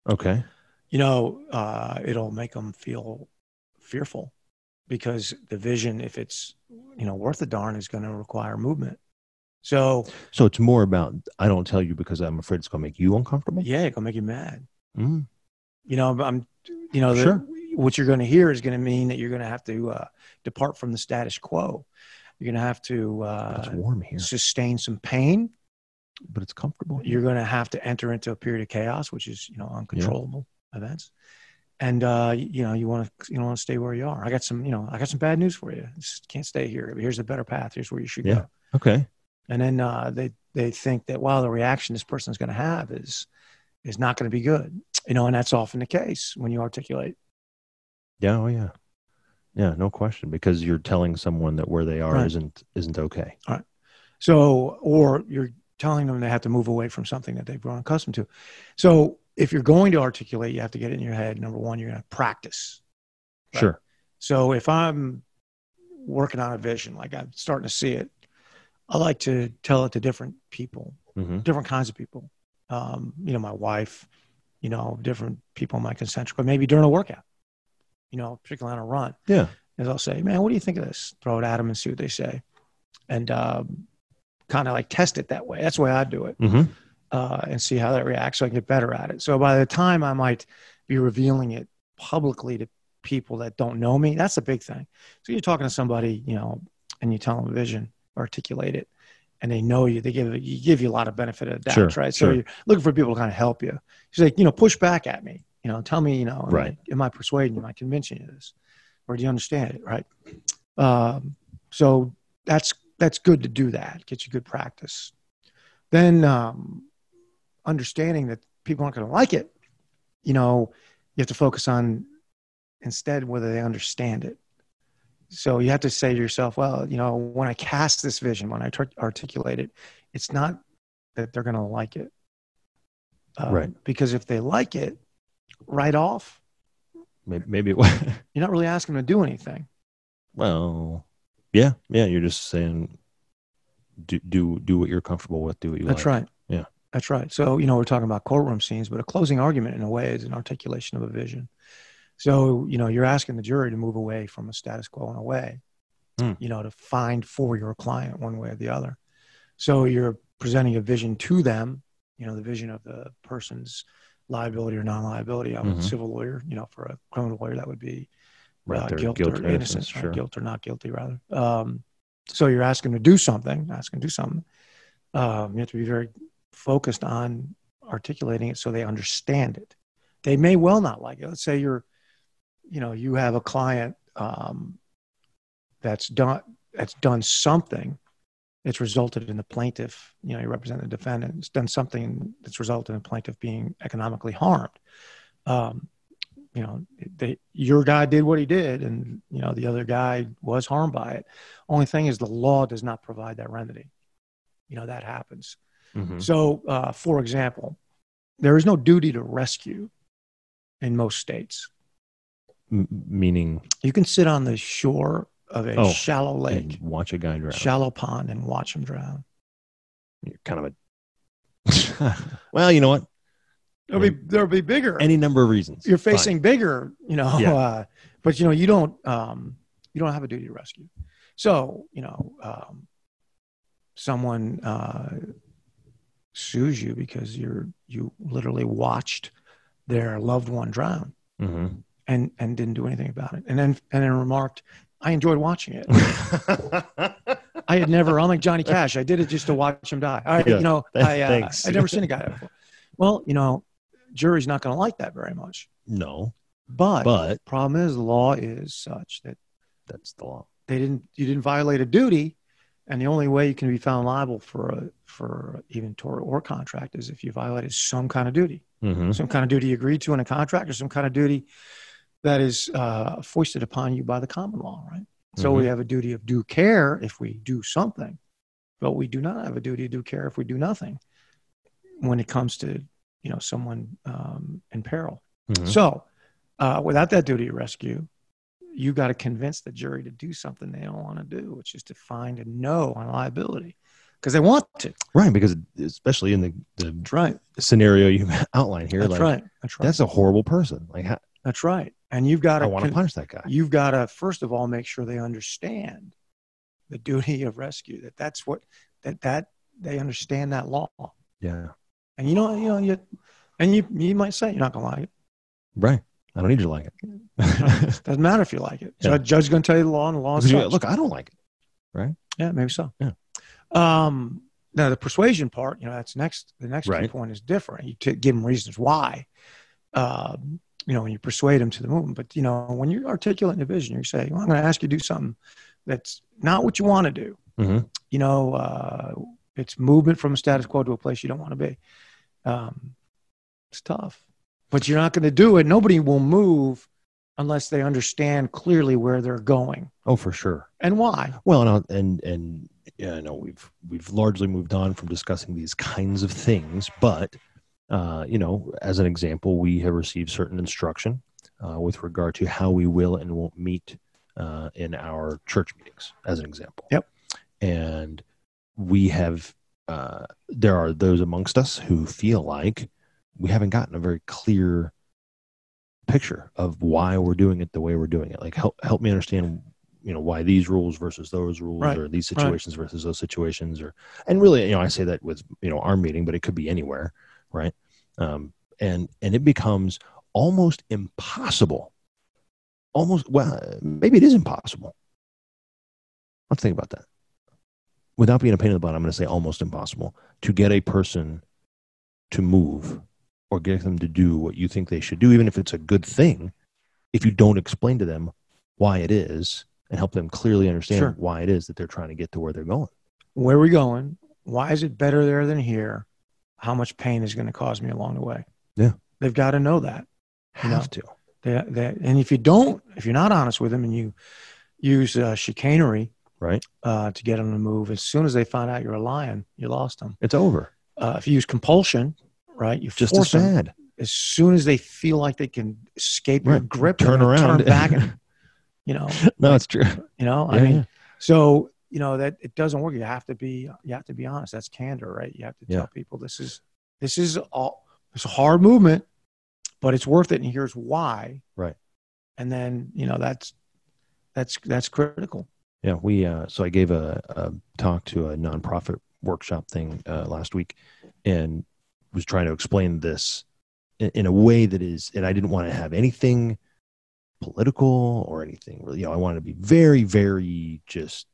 Speaker 1: okay
Speaker 2: You know, uh, it'll make them feel fearful because the vision, if it's you know worth a darn, is going to require movement. So
Speaker 1: so it's more about i don't tell you because i'm afraid it's going to make you uncomfortable
Speaker 2: yeah, it'll make you mad.
Speaker 1: Mm.
Speaker 2: you know i'm- i'm you know the,
Speaker 1: Sure.
Speaker 2: what you're going to hear is going to mean that you're going to have to uh, depart from the status quo you're going to have to
Speaker 1: it's
Speaker 2: uh,
Speaker 1: warm here
Speaker 2: sustain some pain
Speaker 1: but it's comfortable
Speaker 2: you're going to have to enter into a period of chaos which is you know uncontrollable events and uh, you you know you want to you want to stay where you are i got some you know i got some bad news for you Just can't stay here here's a better path here's where you should
Speaker 1: Yeah.
Speaker 2: go
Speaker 1: okay
Speaker 2: and then uh, they they think that wow the reaction this person's going to have is is not going to be good you know and that's often the case when you articulate
Speaker 1: yeah oh yeah yeah no question because you're telling someone that where they are
Speaker 2: Right.
Speaker 1: isn't isn't okay
Speaker 2: So, or you're telling them they have to move away from something that they've grown accustomed to. So, if you're going to articulate, you have to get it in your head. Number one, you're going to practice. Right.
Speaker 1: sure
Speaker 2: So, if I'm working on a vision, like I'm starting to see it, I like to tell it to different people,
Speaker 1: hmm
Speaker 2: different kinds of people. Um, you know, my wife, you know, different people in my concentric, but maybe during a workout, you know, particularly on a run
Speaker 1: yeah
Speaker 2: is I'll say, man, what do you think of this? Throw it at them and see what they say. And um, kind of like test it that way. That's the way I do it
Speaker 1: hmm
Speaker 2: uh, and see how that reacts so I can get better at it. So by the time I might be revealing it publicly to people that don't know me, that's a big thing. So you're talking to somebody, you know, and you tell them a vision, articulate it, and they know you. They give you give you a lot of benefit of the doubt,
Speaker 1: Sure,
Speaker 2: right? So
Speaker 1: sure.
Speaker 2: you're looking for people to kind of help you. She's like, you know, push back at me. You know, tell me, you know, am,
Speaker 1: Right.
Speaker 2: I, am I persuading you? Am I convincing you of this? Or do you understand it? Right. Um, so that's that's good to do that. Gets you good practice. Then um, understanding that people aren't going to like it, you know, you have to focus on instead whether they understand it. So you have to say to yourself, well, you know, when I cast this vision, when I tart- articulate it, it's not that they're going to like it. Um,
Speaker 1: Right.
Speaker 2: Because if they like it right off,
Speaker 1: maybe, maybe it was
Speaker 2: you're not really asking them to do anything.
Speaker 1: well yeah yeah you're just saying do do do what you're comfortable with do what you
Speaker 2: That's
Speaker 1: like.
Speaker 2: right.
Speaker 1: Yeah.
Speaker 2: That's right. So, you know, we're talking about courtroom scenes, but a closing argument in a way is an articulation of a vision. So, you know, you're asking the jury to move away from a status quo in a way,
Speaker 1: Hmm.
Speaker 2: you know, to find for your client one way or the other. So you're presenting a vision to them, you know, the vision of the person's liability or non liability. I'm a
Speaker 1: Mhm.
Speaker 2: civil lawyer, you know, for a criminal lawyer, that would be
Speaker 1: right
Speaker 2: uh,
Speaker 1: there
Speaker 2: guilt, or innocence, right?
Speaker 1: sure.
Speaker 2: guilt or not guilty, rather. Um, so you're asking them to do something, asking them to do something. Um, you have to be very focused on articulating it so they understand it. They may well not like it. Let's say you're, you know, you have a client um, that's done that's done something that's resulted in the plaintiff. You know, you represent the defendant. It's done something that's resulted in the plaintiff being economically harmed. Um, you know, they, your guy did what he did, and you know the other guy was harmed by it. Only thing is, the law does not provide that remedy. You know that happens.
Speaker 1: Mhm.
Speaker 2: So, uh, for example, there is no duty to rescue in most states.
Speaker 1: M- meaning
Speaker 2: You can sit on the shore of a
Speaker 1: Oh,
Speaker 2: shallow
Speaker 1: and
Speaker 2: lake,
Speaker 1: watch a guy drown.
Speaker 2: shallow pond, and watch them drown.
Speaker 1: You're kind of a. well, you know what?
Speaker 2: There'll be there'll be bigger.
Speaker 1: Any number of reasons.
Speaker 2: You're
Speaker 1: Fine.
Speaker 2: facing bigger, you know.
Speaker 1: Yeah.
Speaker 2: Uh, but you know you don't um, you don't have a duty to rescue. So you know um, someone uh, sues you because you're you literally watched their loved one drown.
Speaker 1: Mhm.
Speaker 2: and and didn't do anything about it. And then and then remarked, I enjoyed watching it. I had never. I'm like Johnny Cash. I did it just to watch him die. All right,
Speaker 1: Yeah.
Speaker 2: you know, I uh,
Speaker 1: Thanks.
Speaker 2: I'd never seen a guy before. Well, you know, jury's not going to like that very much.
Speaker 1: no,
Speaker 2: But,
Speaker 1: but
Speaker 2: problem is, the law is such that
Speaker 1: that's the law.
Speaker 2: they didn't you didn't violate a duty, and the only way you can be found liable for a for even tort or contract is if you violated some kind of duty.
Speaker 1: Mhm.
Speaker 2: some kind of duty agreed to in a contract or some kind of duty that is uh, foisted upon you by the common law, right?
Speaker 1: Mm-hmm.
Speaker 2: So we have a duty of due care if we do something, but we do not have a duty of due care if we do nothing when it comes to, you know, someone um, in peril.
Speaker 1: Mhm.
Speaker 2: So uh, without that duty of rescue, you got to convince the jury to do something they don't want to do, which is to find a no on liability because they want to.
Speaker 1: Right, because especially in the, the
Speaker 2: That's right.
Speaker 1: scenario you outlined here,
Speaker 2: That's
Speaker 1: like
Speaker 2: right. That's right.
Speaker 1: that's a horrible person. Like how,
Speaker 2: That's right. And you've got
Speaker 1: I
Speaker 2: to
Speaker 1: want to punish that guy.
Speaker 2: you've got to first of all make sure they understand the duty of rescue that that's what that that they understand that law
Speaker 1: Yeah,
Speaker 2: and you know you know you and you you might say you're not gonna like it
Speaker 1: right. I don't need you to like it.
Speaker 2: doesn't matter if you like it so
Speaker 1: Yeah.
Speaker 2: a judge gonna tell you the law and the law
Speaker 1: Because
Speaker 2: is
Speaker 1: you're
Speaker 2: such.
Speaker 1: like, Look, I don't like it.
Speaker 2: yeah maybe so
Speaker 1: Yeah.
Speaker 2: um now the persuasion part you know that's next the next key
Speaker 1: Right.
Speaker 2: point is different you t- give them reasons why um you know, when you persuade them to the movement, but you know, when you're articulate in a vision, you say, well, I'm going to ask you to do something that's not what you want to do.
Speaker 1: Mhm.
Speaker 2: you know, uh, it's movement from a status quo to a place you don't want to be. Um, it's tough, but you're not going to do it. Nobody will move unless they understand clearly where they're going
Speaker 1: Oh, for sure.
Speaker 2: and why.
Speaker 1: Well, and I'll- and and yeah, I know we've we've largely moved on from discussing these kinds of things, but uh, you know, as an example, we have received certain instruction uh, with regard to how we will and won't meet uh, in our church meetings, as an example.
Speaker 2: Yep.
Speaker 1: And we have uh, there are those amongst us who feel like we haven't gotten a very clear picture of why we're doing it the way we're doing it. Like help help me understand, you know, why these rules versus those rules
Speaker 2: Right,
Speaker 1: or these
Speaker 2: right.
Speaker 1: situations versus those situations or and really, you know, I say that with, you know, our meeting, but it could be anywhere, right? Um and and it becomes almost impossible. Almost well, maybe it is impossible. Let's think about that. Without being a pain in the butt, I'm going to say almost impossible to get a person to move or get them to do what you think they should do, even if it's a good thing, if you don't explain to them why it is and help them clearly understand
Speaker 2: Sure.
Speaker 1: why it is that they're trying to get to where they're going.
Speaker 2: Where are we going? Why is it better there than here? How much pain is going to cause me along the way?
Speaker 1: Yeah.
Speaker 2: They've got to know that. You know?
Speaker 1: Have to.
Speaker 2: They, they, and if you don't, if you're not honest with them and you use uh, chicanery
Speaker 1: Right.
Speaker 2: uh, to get them to move, as soon as they find out you're a lion, you lost them.
Speaker 1: It's over.
Speaker 2: uh, if you use compulsion, right, you
Speaker 1: Just
Speaker 2: force
Speaker 1: as
Speaker 2: them
Speaker 1: bad.
Speaker 2: as soon as they feel like they can escape your
Speaker 1: Right.
Speaker 2: grip,
Speaker 1: Turn
Speaker 2: they're gonna
Speaker 1: around.
Speaker 2: turn back, and you know,
Speaker 1: No, it's true.
Speaker 2: you know. I
Speaker 1: Yeah,
Speaker 2: mean,
Speaker 1: yeah.
Speaker 2: so you know that it doesn't work. You have to be, you have to be honest. That's candor, right? You have to
Speaker 1: Yeah.
Speaker 2: tell people this is this is all it's a hard movement, but it's worth it, and here's why.
Speaker 1: Right.
Speaker 2: And then you know that's that's that's critical.
Speaker 1: Yeah, we uh, so I gave a, a talk to a nonprofit workshop thing uh, last week, and was trying to explain this in, in a way that is, and I didn't want to have anything political or anything really. You know, I wanted to be very, very just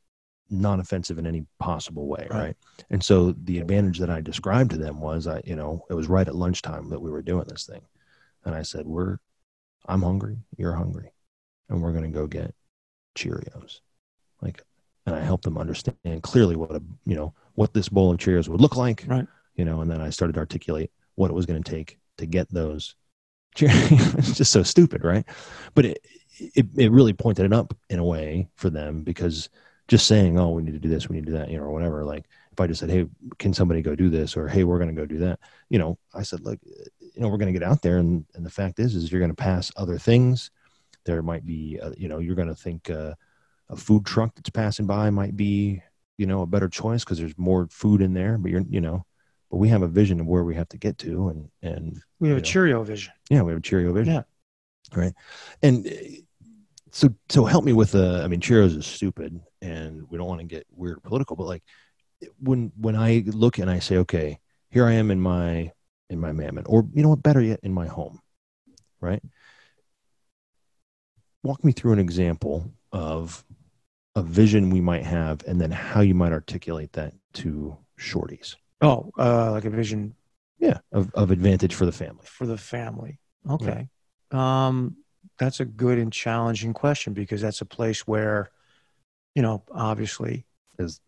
Speaker 1: non-offensive in any possible way,
Speaker 2: Right.
Speaker 1: right? And so the advantage that I described to them was I, you know, it was right at lunchtime that we were doing this thing. And I said, We're I'm hungry, you're hungry, and we're gonna go get Cheerios. Like and I helped them understand clearly what a you know, what this bowl of Cheerios would look like.
Speaker 2: Right.
Speaker 1: You know, and then I started to articulate what it was gonna take to get those Cheerios. it's just so stupid, right? But it, it it really pointed it up in a way for them because just saying, "Oh, we need to do this, we need to do that," you know, or whatever. Like if I just said, "Hey, can somebody go do this?" or "Hey, we're going to go do that," you know, I said, "Look, you know, we're going to get out there, and and the fact is, is you're going to pass other things. There might be, uh, you know, you're going to think uh, a food truck that's passing by might be, you know, a better choice because there's more food in there. But you're, you know, but we have a vision of where we have to get to, and and
Speaker 2: We have a
Speaker 1: Yeah.
Speaker 2: Cheerio vision.
Speaker 1: yeah, we have a Cheerio vision.
Speaker 2: Yeah.
Speaker 1: Right. And uh, so, so help me with the, I mean, Cheerios is stupid and we don't want to get weird or political, but like when, when I look and I say, okay, here I am in my, in my mammoth or you know what, better yet in my home. Right. Walk me through an example of a vision we might have and then how you might articulate that to shorties.
Speaker 2: Oh, uh, like a vision
Speaker 1: Yeah. Of, of advantage for the family.
Speaker 2: for the family. Okay. Um, that's a good and challenging question because that's a place where, you know, obviously
Speaker 1: It's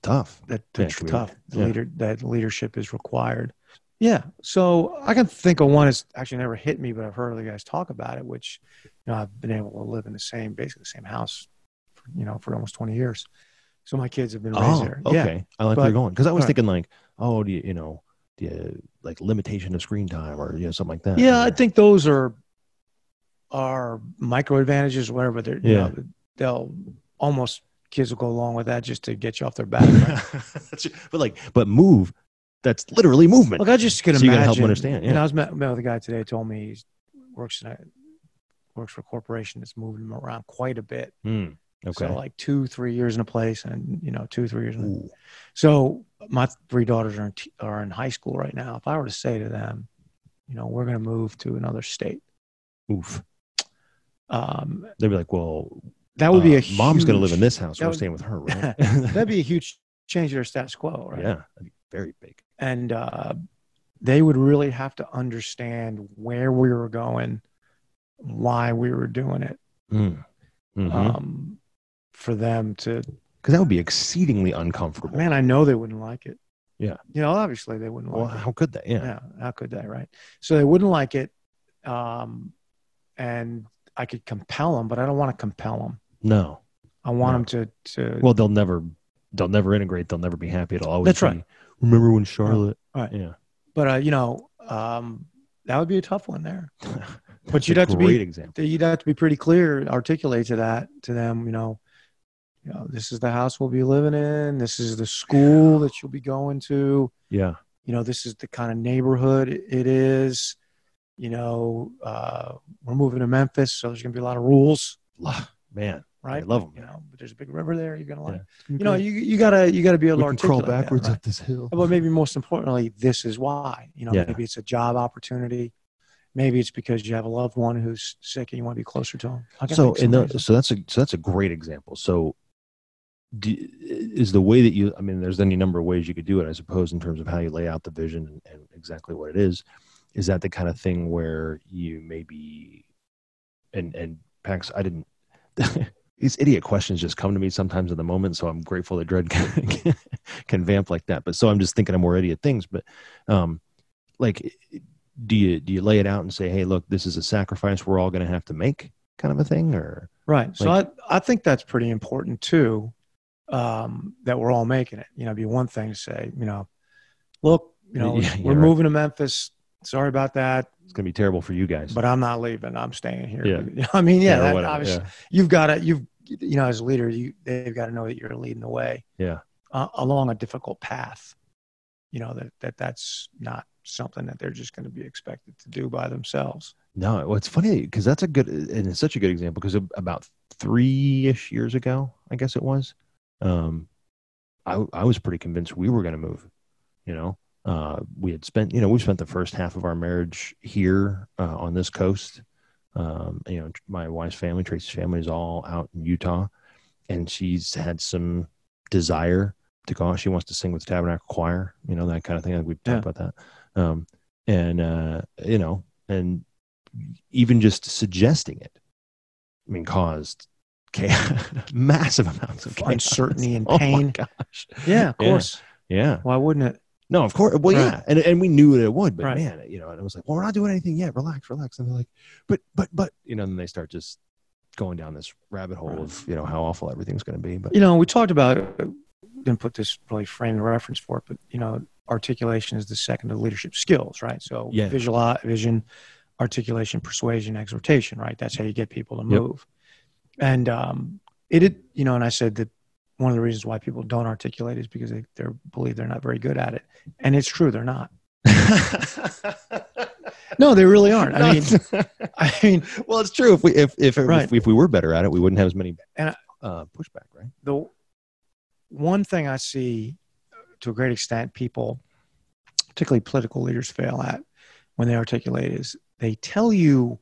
Speaker 1: tough.
Speaker 2: that
Speaker 1: Yeah,
Speaker 2: that's
Speaker 1: can we-
Speaker 2: tough. The
Speaker 1: yeah.
Speaker 2: leader that leadership is required. Yeah. So I can think of one that's actually never hit me, but I've heard other guys talk about it, which you know, I've been able to live in the same basically the same house, for, you know, for almost twenty years. So my kids have been raised there.
Speaker 1: Oh, Okay,
Speaker 2: Yeah.
Speaker 1: I like where
Speaker 2: But-
Speaker 1: you're going because I was
Speaker 2: alright.
Speaker 1: thinking like, oh, do you, you know, do you, like limitation of screen time or you know something like that.
Speaker 2: Yeah,
Speaker 1: or-
Speaker 2: I think those are are micro advantages, whatever. They're you
Speaker 1: Yeah.
Speaker 2: know, they'll almost kids will go along with that just to get you off their back. right?
Speaker 1: but like, but move. That's literally movement.
Speaker 2: Look, I just can
Speaker 1: So you
Speaker 2: imagine.
Speaker 1: gotta help 'em understand, yeah.
Speaker 2: And I was met, met with a guy today. who Told me he works in a works for a corporation that's moving him around quite a bit.
Speaker 1: Hmm, okay.
Speaker 2: So like two, three years in a place, and you know, two, three years. In
Speaker 1: Ooh,
Speaker 2: so my three daughters are in, t- are in high school right now. If I were to say to them, you know, we're going to move to another state, uh,
Speaker 1: oof.
Speaker 2: um,
Speaker 1: They'd be like, well,
Speaker 2: that would be
Speaker 1: uh,
Speaker 2: a
Speaker 1: mom's gonna live
Speaker 2: huge-
Speaker 1: in this house.
Speaker 2: that
Speaker 1: We're
Speaker 2: would-
Speaker 1: staying with her, right?
Speaker 2: That'd be a huge change to their status quo, right?
Speaker 1: Yeah, that'd be very big.
Speaker 2: and uh, they would really have to understand where we were going, why we were doing it,
Speaker 1: Because
Speaker 2: um, for them to.
Speaker 1: Mm-hmm. that would be exceedingly uncomfortable.
Speaker 2: Man, I know they wouldn't like it.
Speaker 1: Yeah.
Speaker 2: you know, obviously they wouldn't
Speaker 1: well,
Speaker 2: like it.
Speaker 1: how could they? Yeah.
Speaker 2: Yeah, how could they, right? So they wouldn't like it, um, and I could compel them, but I don't want to compel them.
Speaker 1: No.
Speaker 2: I want
Speaker 1: No.
Speaker 2: them to to
Speaker 1: Well, they'll never, they'll never integrate. They'll never be happy. It'll always.
Speaker 2: That's
Speaker 1: be,
Speaker 2: right.
Speaker 1: Remember when Charlotte?
Speaker 2: Right.
Speaker 1: Yeah.
Speaker 2: but uh, you know, um, that would be a tough one there.
Speaker 1: That's
Speaker 2: you'd
Speaker 1: a
Speaker 2: have to be-
Speaker 1: great example.
Speaker 2: that you'd have to be pretty clear, articulate to that to them, you know, you know, this is the house we'll be living in, this is the school that you'll be going to,
Speaker 1: Yeah.
Speaker 2: you know, this is the kind of neighborhood it is, you know, uh, we're moving to Memphis, so there's gonna be a lot of rules,
Speaker 1: Lo- man,
Speaker 2: right?
Speaker 1: I love 'em,
Speaker 2: You
Speaker 1: yeah.
Speaker 2: know, but there's a big river there, you're gonna like,
Speaker 1: Yeah.
Speaker 2: you know, you you gotta you gotta be able
Speaker 1: we
Speaker 2: to
Speaker 1: can crawl
Speaker 2: articulate that,
Speaker 1: backwards
Speaker 2: right?
Speaker 1: up this hill.
Speaker 2: Well, maybe most importantly, this is why. You know,
Speaker 1: Yeah.
Speaker 2: maybe it's a job opportunity. Maybe it's because you have a loved one who's sick and you want to be closer to them.
Speaker 1: So, in the, so that's a so that's a great example. So, do, is the way that you? I mean, there's any number of ways you could do it, I suppose, in terms of how you lay out the vision and, and exactly what it is. Is that the kind of thing where you maybe, and and Pax, I didn't. These idiot questions just come to me sometimes in the moment, so I'm grateful that Dread can, can vamp like that. But so I'm just thinking of more idiot things. But um, like, do you do you lay it out and say, "Hey, look, this is a sacrifice we're all going to have to make," kind of a thing, or
Speaker 2: right. So I, I think that's pretty important too, um, that we're all making it. You know, it'd be one thing to say, you know, look, you know,
Speaker 1: Yeah, yeah,
Speaker 2: we're
Speaker 1: right.
Speaker 2: moving to Memphis. Sorry about that,
Speaker 1: it's going to be terrible for you guys?
Speaker 2: but I'm not leaving. I'm staying here.
Speaker 1: Yeah.
Speaker 2: I mean, yeah,
Speaker 1: or
Speaker 2: that,
Speaker 1: whatever,
Speaker 2: obviously, you've got to you've you know as a leader you they've got to know that you're leading the way
Speaker 1: Yeah.
Speaker 2: uh, along a difficult path you know that, that that's not something that they're just going to be expected to do by themselves
Speaker 1: No, well, it's funny because that's a good and it's such a good example because about three ish years ago, I guess it was, um, I I was pretty convinced we were going to move. You know, uh, we had spent you know we spent the first half of our marriage here uh, on this coast. Um, you know, my wife's family, Tracy's family, is all out in Utah, and she's had some desire to cause. She wants to sing with the Tabernacle Choir, you know, that kind of thing. Like we've
Speaker 2: Yeah.
Speaker 1: talked about that. Um, and, uh, you know, and even just suggesting it, I mean, caused chaos, massive amounts of chaos.
Speaker 2: Uncertainty and
Speaker 1: Oh my
Speaker 2: pain.
Speaker 1: gosh.
Speaker 2: Yeah, of
Speaker 1: Yeah.
Speaker 2: course.
Speaker 1: Yeah.
Speaker 2: Why wouldn't it?
Speaker 1: No, of course. Well,
Speaker 2: Right.
Speaker 1: yeah, and and we knew that it would, but
Speaker 2: Right.
Speaker 1: man, you know, and it was like, well, we're not doing anything yet. Relax, relax. And they're like, but, but, but, you know, and then they start just going down this rabbit hole
Speaker 2: Right.
Speaker 1: of you know how awful everything's going to be. But
Speaker 2: You know, we talked about didn't put this really frame and reference for it, but you know, articulation is the second of leadership skills, right? So
Speaker 1: Yeah.
Speaker 2: visual vision, articulation, persuasion, exhortation, right? That's how you get people to
Speaker 1: Yep.
Speaker 2: move. And um, it, it, you know, and I said that one of the reasons why people don't articulate is because they they believe they're not very good at it, and it's true, they're not. No, they really aren't. I mean, I mean,
Speaker 1: well, it's true. If we if if,
Speaker 2: Right.
Speaker 1: if if we were better at it, we wouldn't have as many
Speaker 2: And
Speaker 1: uh, pushback, right?
Speaker 2: the one thing I see uh, to a great extent people, particularly political leaders, fail at when they articulate is they tell you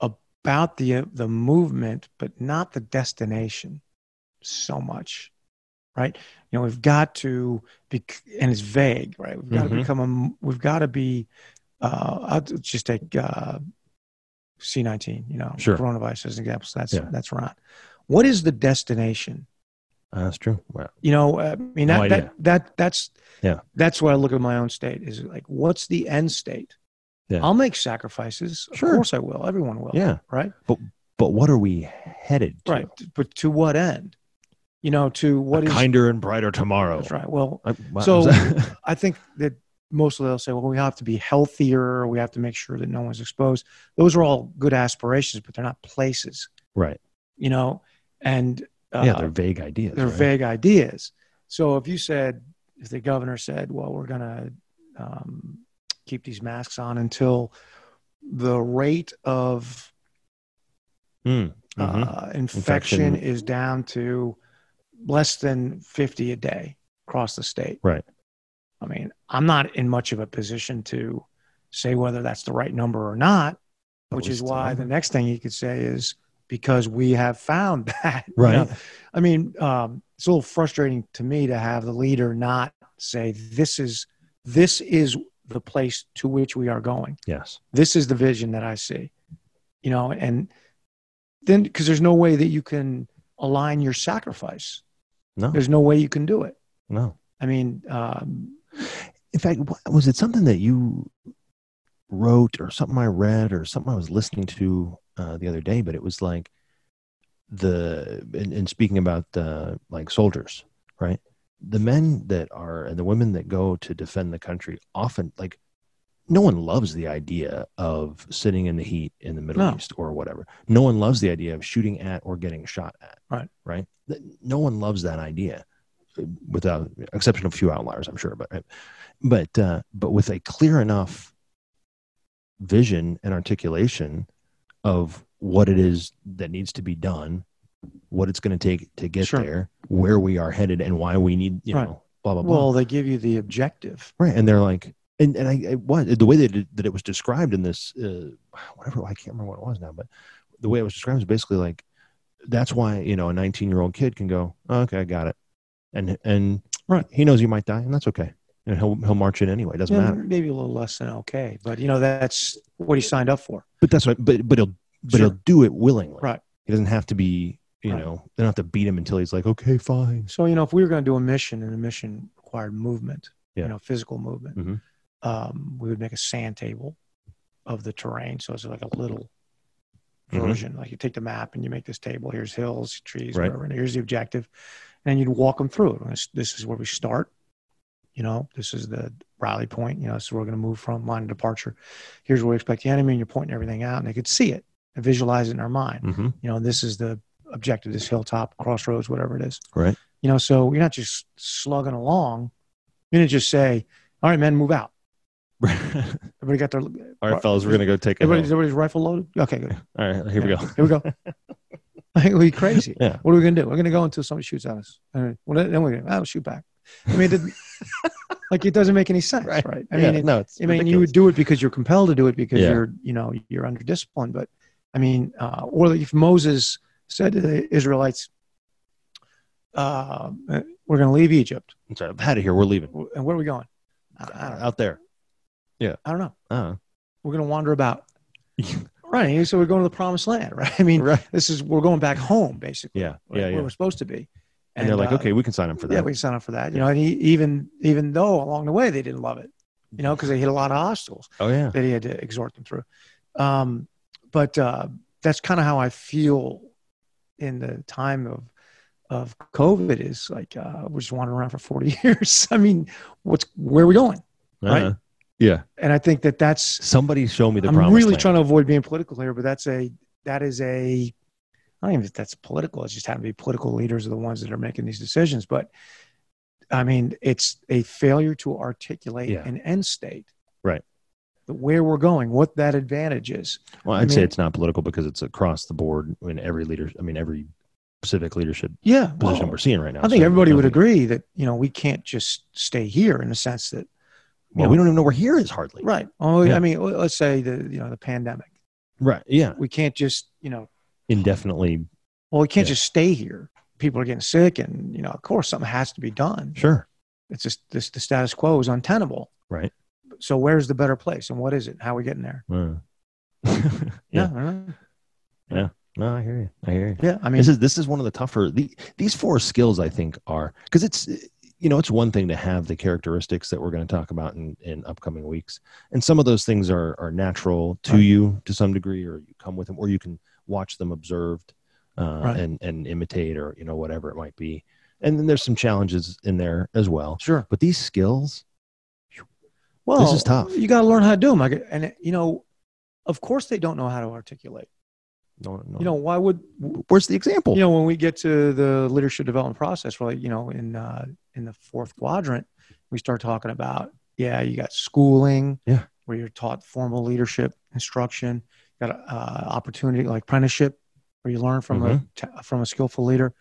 Speaker 2: about the uh, the movement, but not the destination so much, right? You know, we've got to be, and it's vague, right? We've got
Speaker 1: Mhm.
Speaker 2: to become a, we've got to be. Uh, I'll just take uh, C nineteen, you know,
Speaker 1: Sure.
Speaker 2: coronavirus as an example. So that's
Speaker 1: Yeah.
Speaker 2: that's Ron. What is the destination?
Speaker 1: Uh, that's true. Wow.
Speaker 2: you know i mean
Speaker 1: No
Speaker 2: that, that
Speaker 1: idea.
Speaker 2: that that's
Speaker 1: Yeah.
Speaker 2: that's where i look at my own state is like what's the end state
Speaker 1: Yeah.
Speaker 2: i'll make sacrifices
Speaker 1: Sure.
Speaker 2: of course i will everyone will
Speaker 1: Yeah.
Speaker 2: right
Speaker 1: But what are we headed to?
Speaker 2: right but to what end you know to what
Speaker 1: a
Speaker 2: is
Speaker 1: kinder and brighter tomorrow.
Speaker 2: that's right well
Speaker 1: I- wow.
Speaker 2: So- i think that mostly they'll say well we have to be healthier we have to make sure that no one's exposed those are all good aspirations but they're not places
Speaker 1: right.
Speaker 2: you know and uh,
Speaker 1: Yeah, they're vague ideas.
Speaker 2: they're
Speaker 1: right?
Speaker 2: vague ideas. So if you said, if the governor said, well, we're going to um, keep these masks on until the rate of
Speaker 1: Mm, mhm.
Speaker 2: uh, infection,
Speaker 1: Infection.
Speaker 2: is down to less than 50 a day across the state.
Speaker 1: Right.
Speaker 2: I mean, I'm not in much of a position to say whether that's the right number or not,
Speaker 1: But
Speaker 2: which
Speaker 1: we
Speaker 2: is
Speaker 1: still
Speaker 2: why
Speaker 1: have
Speaker 2: the
Speaker 1: it.
Speaker 2: next thing you could say is because we have found that. you
Speaker 1: right.
Speaker 2: know? I mean, um, it's a little frustrating to me to have the leader not say this is this is the place to which we are going.
Speaker 1: Yes.
Speaker 2: This is the vision that I see. You know, and then because there's no way that you can align your sacrifice.
Speaker 1: No.
Speaker 2: There's no way you can do it.
Speaker 1: No.
Speaker 2: I mean, um,
Speaker 1: in fact wh- was it something that you wrote or something i read or something i was listening to uh, the other day but it was like the and, and speaking about uh, like soldiers right the men that are and the women that go to defend the country often like no one loves the idea of sitting in the heat in the middle
Speaker 2: No.
Speaker 1: east or whatever no one loves the idea of shooting at or getting shot at
Speaker 2: Right.
Speaker 1: right Th- no one loves that idea uh, without exception of a few outliers i'm sure but uh, but uh, but with a clear enough vision and articulation of what it is that needs to be done, what it's going to take to get
Speaker 2: Sure.
Speaker 1: there, where we are headed, and why we need you
Speaker 2: Right.
Speaker 1: know blah blah blah.
Speaker 2: well, they give you the objective.
Speaker 1: right, and they're like, and and I it was the way that it, that it was described in this uh, whatever I can't remember what it was now, but the way it was described was basically like that's why you know a 19 year old kid can go "Oh, okay I got it, and and
Speaker 2: Right.
Speaker 1: he knows he might die and that's okay. And he'll he'll march in anyway. It doesn't
Speaker 2: Yeah,
Speaker 1: matter.
Speaker 2: Maybe a little less than okay, but you know that's what he signed up for.
Speaker 1: But that's what. But but he'll but
Speaker 2: Sure.
Speaker 1: he'll do it willingly.
Speaker 2: Right.
Speaker 1: He doesn't have to be. You
Speaker 2: Right.
Speaker 1: know, they don't have to beat him until he's like, okay, fine.
Speaker 2: So, you know, if we were going to do a mission and the mission required movement,
Speaker 1: Yeah.
Speaker 2: you know, physical movement,
Speaker 1: Mhm.
Speaker 2: um, we would make a sand table of the terrain. So it's like a little
Speaker 1: Mhm.
Speaker 2: version. Like you take the map and you make this table. Here's hills, trees,
Speaker 1: Right.
Speaker 2: whatever. And here's the objective. And you'd walk them through it. And This, this is where we start. You know, this is the rally point. You know, this is where we're going to move from line of departure. Here's where we expect the enemy. And you're pointing everything out. And they could see it and visualize it in their mind
Speaker 1: Mm-hmm.
Speaker 2: you know, this is the objective, this hilltop, crossroads, whatever it is.
Speaker 1: Right.
Speaker 2: You know, so you're not just slugging along. You didn't just say, all right, men, move out. Everybody got their,
Speaker 1: All right, fellas, we're gonna go take it.
Speaker 2: everybody's,
Speaker 1: All
Speaker 2: everybody's rifle loaded? Okay, good.
Speaker 1: right, here we go.
Speaker 2: Here we go. I think we'd be crazy.
Speaker 1: Yeah.
Speaker 2: What are we going to do? We're going to go until somebody shoots at us. All right. Well, then we're going to, I'll shoot back. I mean, it didn't- like it doesn't make any sense, right?
Speaker 1: Right.
Speaker 2: I
Speaker 1: Yeah,
Speaker 2: mean, it,
Speaker 1: no, it's
Speaker 2: I mean, you would do it because you're compelled to do it because
Speaker 1: Yeah.
Speaker 2: you're, you know, you're under discipline. But I mean, uh, or if Moses said to the Israelites, uh, we're going to leave Egypt.
Speaker 1: I'm sorry, I'm out of here. We're leaving.
Speaker 2: And where are we going? I, I don't know.
Speaker 1: Out there.
Speaker 2: I don't know.
Speaker 1: Uh,
Speaker 2: We're going to wander about. right. So we're going to the promised land, right? I mean,
Speaker 1: right.
Speaker 2: this is, we're going back home, basically.
Speaker 1: Yeah.
Speaker 2: right,
Speaker 1: Yeah.
Speaker 2: Where
Speaker 1: Yeah.
Speaker 2: we're supposed to be.
Speaker 1: And they're like,
Speaker 2: uh,
Speaker 1: okay, we can sign up for that.
Speaker 2: Yeah, we can sign up for that. You know, and he, even, even though along the way they didn't love it, you know, because they hit a lot of obstacles.
Speaker 1: oh yeah.
Speaker 2: that he had to exhort them through. Um, but uh, that's kind of how I feel in the time of of COVID is like uh, we're just wandering around for forty years. I mean, what's where are we going? Right?
Speaker 1: Uh-huh. Yeah.
Speaker 2: And I think that that's
Speaker 1: Somebody show me the
Speaker 2: I'm
Speaker 1: promise.
Speaker 2: really
Speaker 1: land.
Speaker 2: trying to avoid being political here, but that's a that is a I don't even think that's political. It's just having to be political leaders are the ones that are making these decisions. But I mean, it's a failure to articulate
Speaker 1: Yeah.
Speaker 2: an end state,
Speaker 1: Right.
Speaker 2: The- Where we're going, what that advantage is.
Speaker 1: Well,
Speaker 2: I
Speaker 1: I'd say
Speaker 2: mean-
Speaker 1: it's not political because it's across the board in every leader. I mean, every civic leadership
Speaker 2: Yeah,
Speaker 1: position
Speaker 2: well,
Speaker 1: we're seeing right now.
Speaker 2: I think
Speaker 1: So
Speaker 2: everybody would
Speaker 1: don't-
Speaker 2: agree that you know we can't just stay here in the sense that
Speaker 1: Well, we don't even know where here is hardly.
Speaker 2: right. Oh,
Speaker 1: Yeah.
Speaker 2: I mean, let- let's say the you know the pandemic.
Speaker 1: Right. Yeah.
Speaker 2: We can't just you know
Speaker 1: Indefinitely.
Speaker 2: well we can't
Speaker 1: Yeah.
Speaker 2: just stay here. People are getting sick, and you know of course something has to be done.
Speaker 1: Sure.
Speaker 2: It's just this the status quo is untenable.
Speaker 1: Right.
Speaker 2: So where's the better place, and what is it? How are we getting there?
Speaker 1: Uh.
Speaker 2: Yeah,
Speaker 1: Yeah.
Speaker 2: I don't know.
Speaker 1: No, I hear you. I hear you.
Speaker 2: yeah. I mean,
Speaker 1: this is this is one of the tougher. The, these four skills I think are because it's you know it's one thing to have the characteristics that we're going to talk about in, in upcoming weeks, and some of those things are are natural to
Speaker 2: Right.
Speaker 1: you to some degree, or you come with them, or you can watch them observed uh,
Speaker 2: Right.
Speaker 1: and and imitate, or you know whatever it might be. And then there's some challenges in there as well.
Speaker 2: sure.
Speaker 1: But these skills,
Speaker 2: Well,
Speaker 1: is tough.
Speaker 2: You got to learn how to do them. And you know, of course they don't know how to articulate.
Speaker 1: no, no.
Speaker 2: You know, why would
Speaker 1: where's the example?
Speaker 2: you know when we get to the leadership development process we're like you know in uh, in the fourth quadrant we start talking about yeah you got schooling
Speaker 1: Yeah.
Speaker 2: where you're taught formal leadership instruction you got uh, opportunity like apprenticeship where you learn from
Speaker 1: Mm-hmm.
Speaker 2: a t- from a skillful leader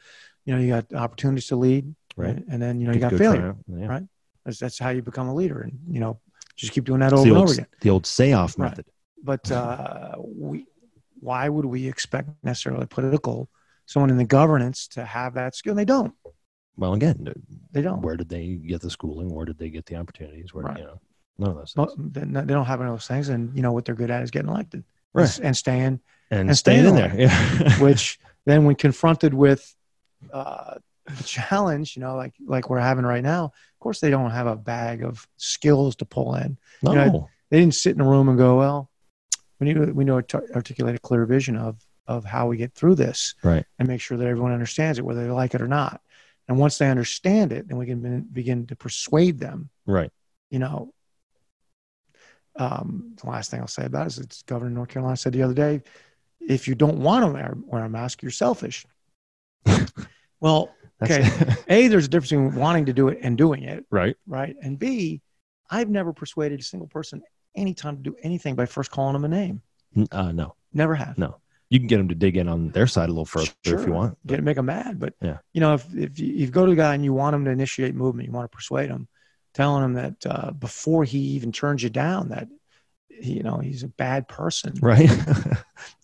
Speaker 2: you know you got opportunities to lead
Speaker 1: Right.
Speaker 2: and then you know you
Speaker 1: Could
Speaker 2: got
Speaker 1: go
Speaker 2: failure
Speaker 1: try out. Yeah.
Speaker 2: right? that's, that's how you become a leader and you know just keep doing that
Speaker 1: It's
Speaker 2: over
Speaker 1: the
Speaker 2: and
Speaker 1: old,
Speaker 2: over again
Speaker 1: the old say off
Speaker 2: Right.
Speaker 1: method.
Speaker 2: but uh, we, why would we expect necessarily political someone in the governance to have that skill? And they don't.
Speaker 1: Well, again,
Speaker 2: They don't.
Speaker 1: where did they get the schooling? Where did they get the opportunities? Where
Speaker 2: Right.
Speaker 1: you know, none of those
Speaker 2: Mo-
Speaker 1: things.
Speaker 2: They they don't have any of those things, and you know what they're good at is getting elected
Speaker 1: Right.
Speaker 2: and, and staying.
Speaker 1: And,
Speaker 2: and
Speaker 1: staying in
Speaker 2: staying
Speaker 1: there, yeah.
Speaker 2: Which then, when confronted with uh, the challenge, you know, like like we're having right now, of course they don't have a bag of skills to pull in.
Speaker 1: no,
Speaker 2: you know, They didn't sit in a room and go, "Well, we need to, we know to articulate a clear vision of of how we get through this."
Speaker 1: right,
Speaker 2: and make sure that everyone understands it, whether they like it or not. And once they understand it, then we can be- begin to persuade them.
Speaker 1: right.
Speaker 2: You know, um, the last thing I'll say about it is, it's Governor of North Carolina said the other day, if you don't want to wear, wear a mask, you're selfish. well,
Speaker 1: That's
Speaker 2: a there's a difference between wanting to do it and doing it,
Speaker 1: right.
Speaker 2: right? And b, I've never persuaded a single person anytime to do anything by first calling them a name.
Speaker 1: N- Uh, no,
Speaker 2: Never have.
Speaker 1: No. you can get them to dig in on their side a little further if
Speaker 2: Sure.
Speaker 1: you want.
Speaker 2: get make them mad. But
Speaker 1: Yeah.
Speaker 2: you know, if if you, you go to the guy and you want him to initiate movement, you want to persuade him, telling him that uh, before he even turns you down, that you know he's a bad person.
Speaker 1: Right,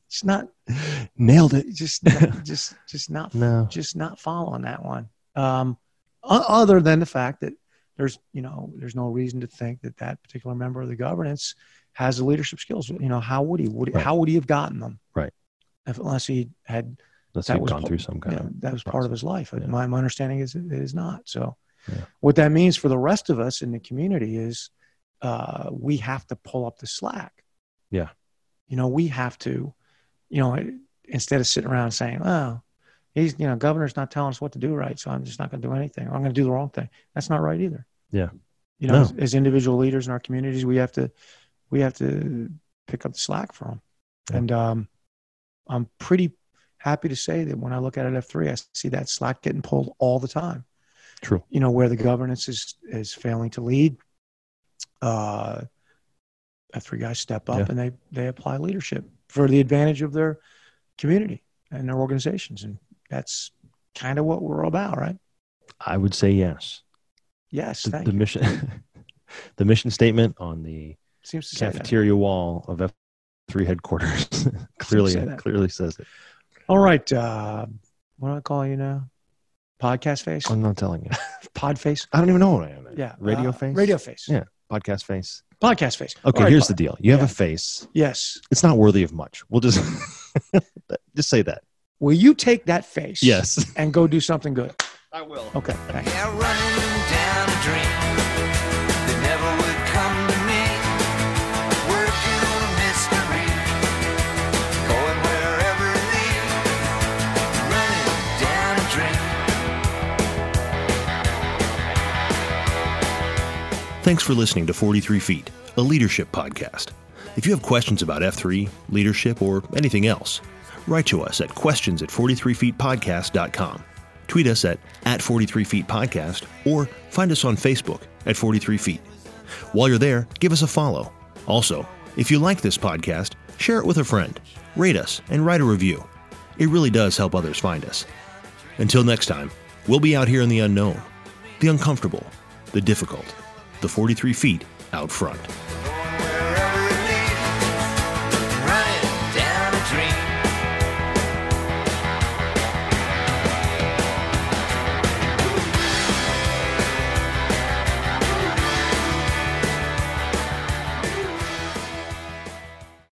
Speaker 2: It's not
Speaker 1: nailed it.
Speaker 2: just not, just just not
Speaker 1: No,
Speaker 2: just not following that one. Um, o- other than the fact that there's you know there's no reason to think that that particular member of the governance has the leadership skills. You know, how would he would he-
Speaker 1: Right.
Speaker 2: how would he have gotten them?
Speaker 1: Right.
Speaker 2: If, unless he had
Speaker 1: unless
Speaker 2: that
Speaker 1: you've
Speaker 2: was
Speaker 1: gone
Speaker 2: po-
Speaker 1: through some kind
Speaker 2: yeah, that was part of his life.
Speaker 1: Yeah.
Speaker 2: My, my understanding is it is not. So,
Speaker 1: Yeah.
Speaker 2: what that means for the rest of us in the community is uh, we have to pull up the slack.
Speaker 1: Yeah.
Speaker 2: You know, we have to, you know, instead of sitting around saying, oh, he's, you know, governor's not telling us what to do right. So I'm just not going to do anything. Or I'm going to do the wrong thing. That's not right either.
Speaker 1: Yeah.
Speaker 2: You know,
Speaker 1: No.
Speaker 2: as, as individual leaders in our communities, we have to, we have to pick up the slack for them.
Speaker 1: Yeah.
Speaker 2: And um, I'm pretty happy to say that when I look at it F3, I see that slack getting pulled all the time.
Speaker 1: True.
Speaker 2: You know, where the governance is, is failing to lead, uh, F3 guys step up
Speaker 1: Yeah.
Speaker 2: and they, they apply leadership for the advantage of their community and their organizations. And that's kind of what we're about, right?
Speaker 1: I would say yes.
Speaker 2: Yes.
Speaker 1: The,
Speaker 2: Thank
Speaker 1: the
Speaker 2: you.
Speaker 1: mission, the mission statement on the
Speaker 2: Seems to say that.
Speaker 1: cafeteria wall of F three headquarters clearly
Speaker 2: say that.
Speaker 1: clearly says it.
Speaker 2: All right. Uh, what do I call you now? Podcast face,
Speaker 1: I'm not telling you.
Speaker 2: pod face.
Speaker 1: I don't even know what I am.
Speaker 2: Yeah.
Speaker 1: Radio
Speaker 2: uh,
Speaker 1: face?
Speaker 2: Radio face.
Speaker 1: Yeah. Podcast face.
Speaker 2: Podcast face.
Speaker 1: Okay,
Speaker 2: All right,
Speaker 1: here's the
Speaker 2: pod-
Speaker 1: deal. You have
Speaker 2: yeah.
Speaker 1: a face.
Speaker 2: Yes.
Speaker 1: It's not worthy of much. We'll just just say that.
Speaker 2: Will you take that face?
Speaker 1: Yes.
Speaker 2: And go do something good.
Speaker 1: I will.
Speaker 2: Okay. thanks.
Speaker 4: Yeah, running down a dream that never would come to me. Working on a mystery, going wherever it leads. Running down a dream.
Speaker 3: Thanks for listening to 43 Feet, a leadership podcast. If you have questions about F3, leadership, or anything else, write to us at questions at 43feetpodcast.com. Tweet us at, at 43feetpodcast or find us on Facebook at 43 Feet. While you're there, give us a follow. Also, if you like this podcast, share it with a friend, rate us, and write a review. It really does help others find us. Until next time, we'll be out here in the unknown, the uncomfortable, the difficult, the 43 feet out front.